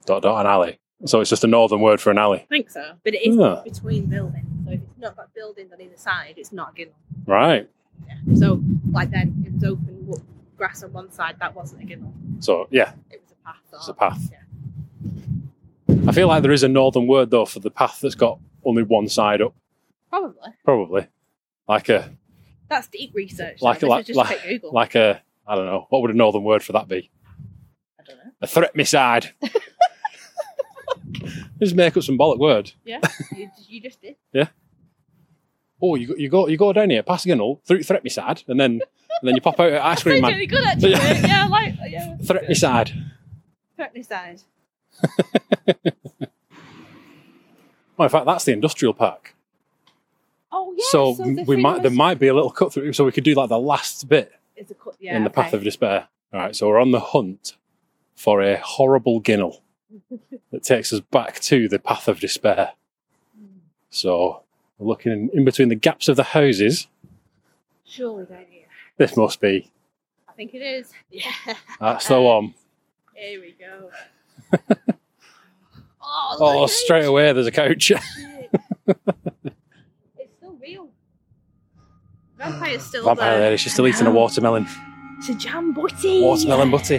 Speaker 2: Dot, dot, an alley. So it's just a northern word for an alley.
Speaker 1: I think so. But it is
Speaker 2: Ah.
Speaker 1: between buildings. So if it's not got buildings on either side, it's not a ginnel.
Speaker 2: Right.
Speaker 1: Yeah. So like then it was open w- grass on one side, that wasn't a ginnel.
Speaker 2: So, yeah,
Speaker 1: It was a path. or-
Speaker 2: It's a path.
Speaker 1: Yeah.
Speaker 2: I feel like there is a northern word, though, for the path that's got only one side up,
Speaker 1: Probably.
Speaker 2: probably. Like a
Speaker 1: That's deep research. Like,
Speaker 2: Like-
Speaker 1: this
Speaker 2: like-
Speaker 1: is just
Speaker 2: like-
Speaker 1: take Google.
Speaker 2: like a I don't know what would a northern word for that be?
Speaker 1: I don't know.
Speaker 2: A threat me side. just make up some bollock word.
Speaker 1: You, you just did.
Speaker 2: Oh, you, go- you go you go down here, pass again all through threat me side, and then and then you pop out at ice
Speaker 1: That's
Speaker 2: cream man.
Speaker 1: really good actually.
Speaker 2: Yeah.
Speaker 1: yeah, I like yeah.
Speaker 2: Threat me side.
Speaker 1: Correctly side.
Speaker 2: Well, in fact, that's the industrial park.
Speaker 1: Oh yeah.
Speaker 2: so
Speaker 1: the
Speaker 2: we might there
Speaker 1: freedom
Speaker 2: might be a little cut through, so we could do like the last bit
Speaker 1: is- is a cut- yeah,
Speaker 2: in the path
Speaker 1: okay.
Speaker 2: of despair. All right, so we're on the hunt for a horrible ginnel that takes us back to the path of despair. So we're looking in, in between the gaps of the houses.
Speaker 1: Surely down here.
Speaker 2: This must be.
Speaker 1: I think it is. Yeah.
Speaker 2: That's
Speaker 1: Uh,
Speaker 2: the one.
Speaker 1: Here we go. oh,
Speaker 2: Oh,
Speaker 1: look at
Speaker 2: straight away there's a coach.
Speaker 1: it. it's still real. Vampire's still
Speaker 2: Vampire
Speaker 1: there.
Speaker 2: lady, she's still eating a watermelon.
Speaker 1: It's a jam butty.
Speaker 2: Watermelon butty.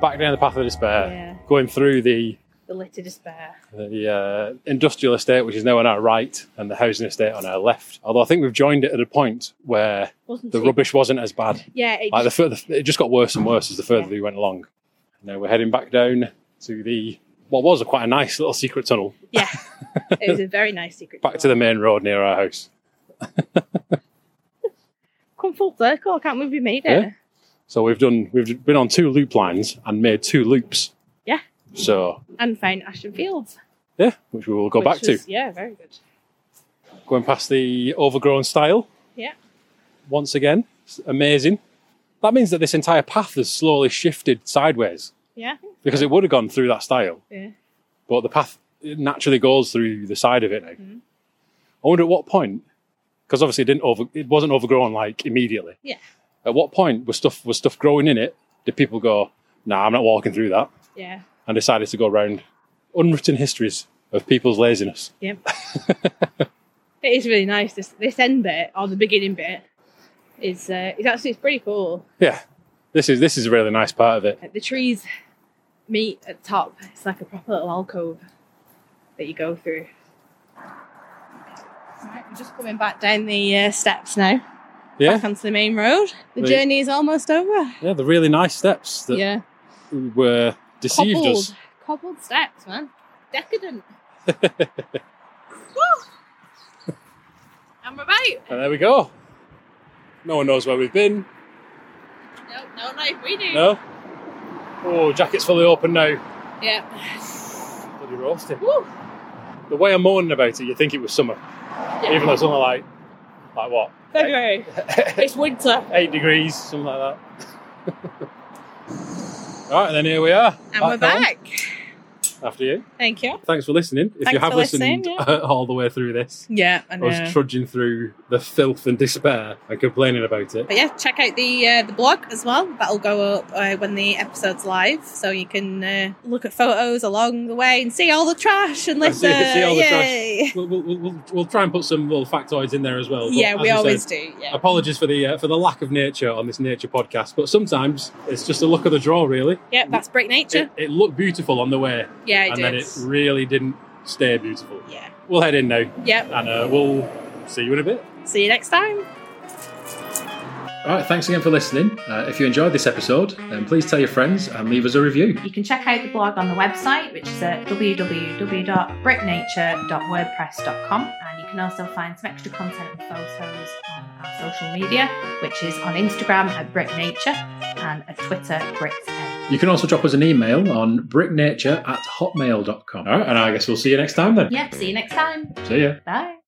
Speaker 2: Back down the path of despair.
Speaker 1: Yeah,
Speaker 2: Going through the
Speaker 1: the litter despair.
Speaker 2: the uh, industrial estate, which is now on our right, and the housing estate on our left. Although I think we've joined it at a point where
Speaker 1: Wasn't
Speaker 2: the
Speaker 1: it?
Speaker 2: rubbish wasn't as bad.
Speaker 1: Yeah, it
Speaker 2: Like the
Speaker 1: just,
Speaker 2: further, it just got worse and worse as the further
Speaker 1: Yeah.
Speaker 2: we went along. Now we're heading back down to the what was a quite a nice little secret tunnel
Speaker 1: yeah. it was a very nice secret.
Speaker 2: back to the main road near our house.
Speaker 1: Come full circle. I can't believe we made it.
Speaker 2: Yeah. So we've done we've been on two loop lines and made two loops.
Speaker 1: Yeah.
Speaker 2: So
Speaker 1: And found Ashton Fields.
Speaker 2: yeah, which we will go
Speaker 1: which
Speaker 2: back to.
Speaker 1: was- Yeah, very good.
Speaker 2: Going past the overgrown style.
Speaker 1: Yeah.
Speaker 2: Once again, it's amazing. That means that this entire path has slowly shifted sideways
Speaker 1: Yeah, I think-
Speaker 2: because it would have gone through that style,
Speaker 1: yeah.
Speaker 2: but the path it naturally goes through the side of it now.
Speaker 1: Mhm.
Speaker 2: I wonder at what point, because obviously it didn't over, it wasn't overgrown like immediately.
Speaker 1: Yeah.
Speaker 2: At what point was stuff was stuff growing in it? Did people go, "Nah, I'm not walking through that,"
Speaker 1: Yeah.
Speaker 2: and decided to go around unwritten histories of people's laziness?
Speaker 1: It is really nice. This this end bit or the beginning bit is uh, is actually it's pretty cool.
Speaker 2: Yeah, this is this is a really nice part of it.
Speaker 1: Like, The trees meet at the top. It's like a proper little alcove that you go through. Right, we're just coming back down the uh, steps now.
Speaker 2: Yeah,
Speaker 1: Back onto the main road. The
Speaker 2: Right.
Speaker 1: journey is almost over.
Speaker 2: yeah, the really nice steps that
Speaker 1: yeah.
Speaker 2: were deceived us.
Speaker 1: Cobbled. Cobbled steps, man. Decadent. Woo! And we're right.
Speaker 2: And there we go. No one knows where we've been.
Speaker 1: No, no, no, we do.
Speaker 2: No. Oh, jacket's fully open now.
Speaker 1: Yeah.
Speaker 2: Bloody roasting.
Speaker 1: Woo!
Speaker 2: The way I'm moaning about it, you think it was summer, even though it's only like, like what,
Speaker 1: February. it's winter.
Speaker 2: eight degrees, something like that. All right, and then here we are.
Speaker 1: And we're
Speaker 2: home.
Speaker 1: back.
Speaker 2: After you.
Speaker 1: Thank you.
Speaker 2: Thanks for listening. If you
Speaker 1: Thanks
Speaker 2: have
Speaker 1: for listening,
Speaker 2: listened uh, all the way through this,
Speaker 1: Yeah, I
Speaker 2: I
Speaker 1: know.
Speaker 2: was trudging through the filth and despair and complaining about it.
Speaker 1: but yeah, check out the uh, the blog as well. That'll go up uh, when the episode's live, so you can uh, look at photos along the way and see all the trash and
Speaker 2: I see-
Speaker 1: listen.
Speaker 2: see all the trash.
Speaker 1: Yay.
Speaker 2: We'll, we'll, we'll- we'll, we'll try and put some little factoids in there as well. but
Speaker 1: Yeah,
Speaker 2: as
Speaker 1: we
Speaker 2: I said,
Speaker 1: always do. Yeah,
Speaker 2: Apologies for the uh, for the lack of nature on this nature podcast, but sometimes it's just a look of the draw, really.
Speaker 1: yeah, that's break
Speaker 2: It,
Speaker 1: nature.
Speaker 2: it looked beautiful on the way,
Speaker 1: yeah, it
Speaker 2: and
Speaker 1: did.
Speaker 2: then it really didn't stay beautiful.
Speaker 1: yeah,
Speaker 2: We'll head in now,
Speaker 1: yeah.
Speaker 2: and uh, we'll see you in a bit.
Speaker 1: See you next time.
Speaker 2: All right, thanks again for listening. Uh, if you enjoyed this episode, then please tell your friends and leave us a review.
Speaker 3: You can check out the blog on the website, which is at www.bricknature.wordpress.com. And you can also find some extra content and photos on our social media, which is on Instagram at bricknature and at Twitter, bricksn.
Speaker 2: You can also drop us an email on bricknature at hotmail.com. All right, and I guess we'll see you next time then.
Speaker 3: Yep, see you next time.
Speaker 2: See ya.
Speaker 3: Bye.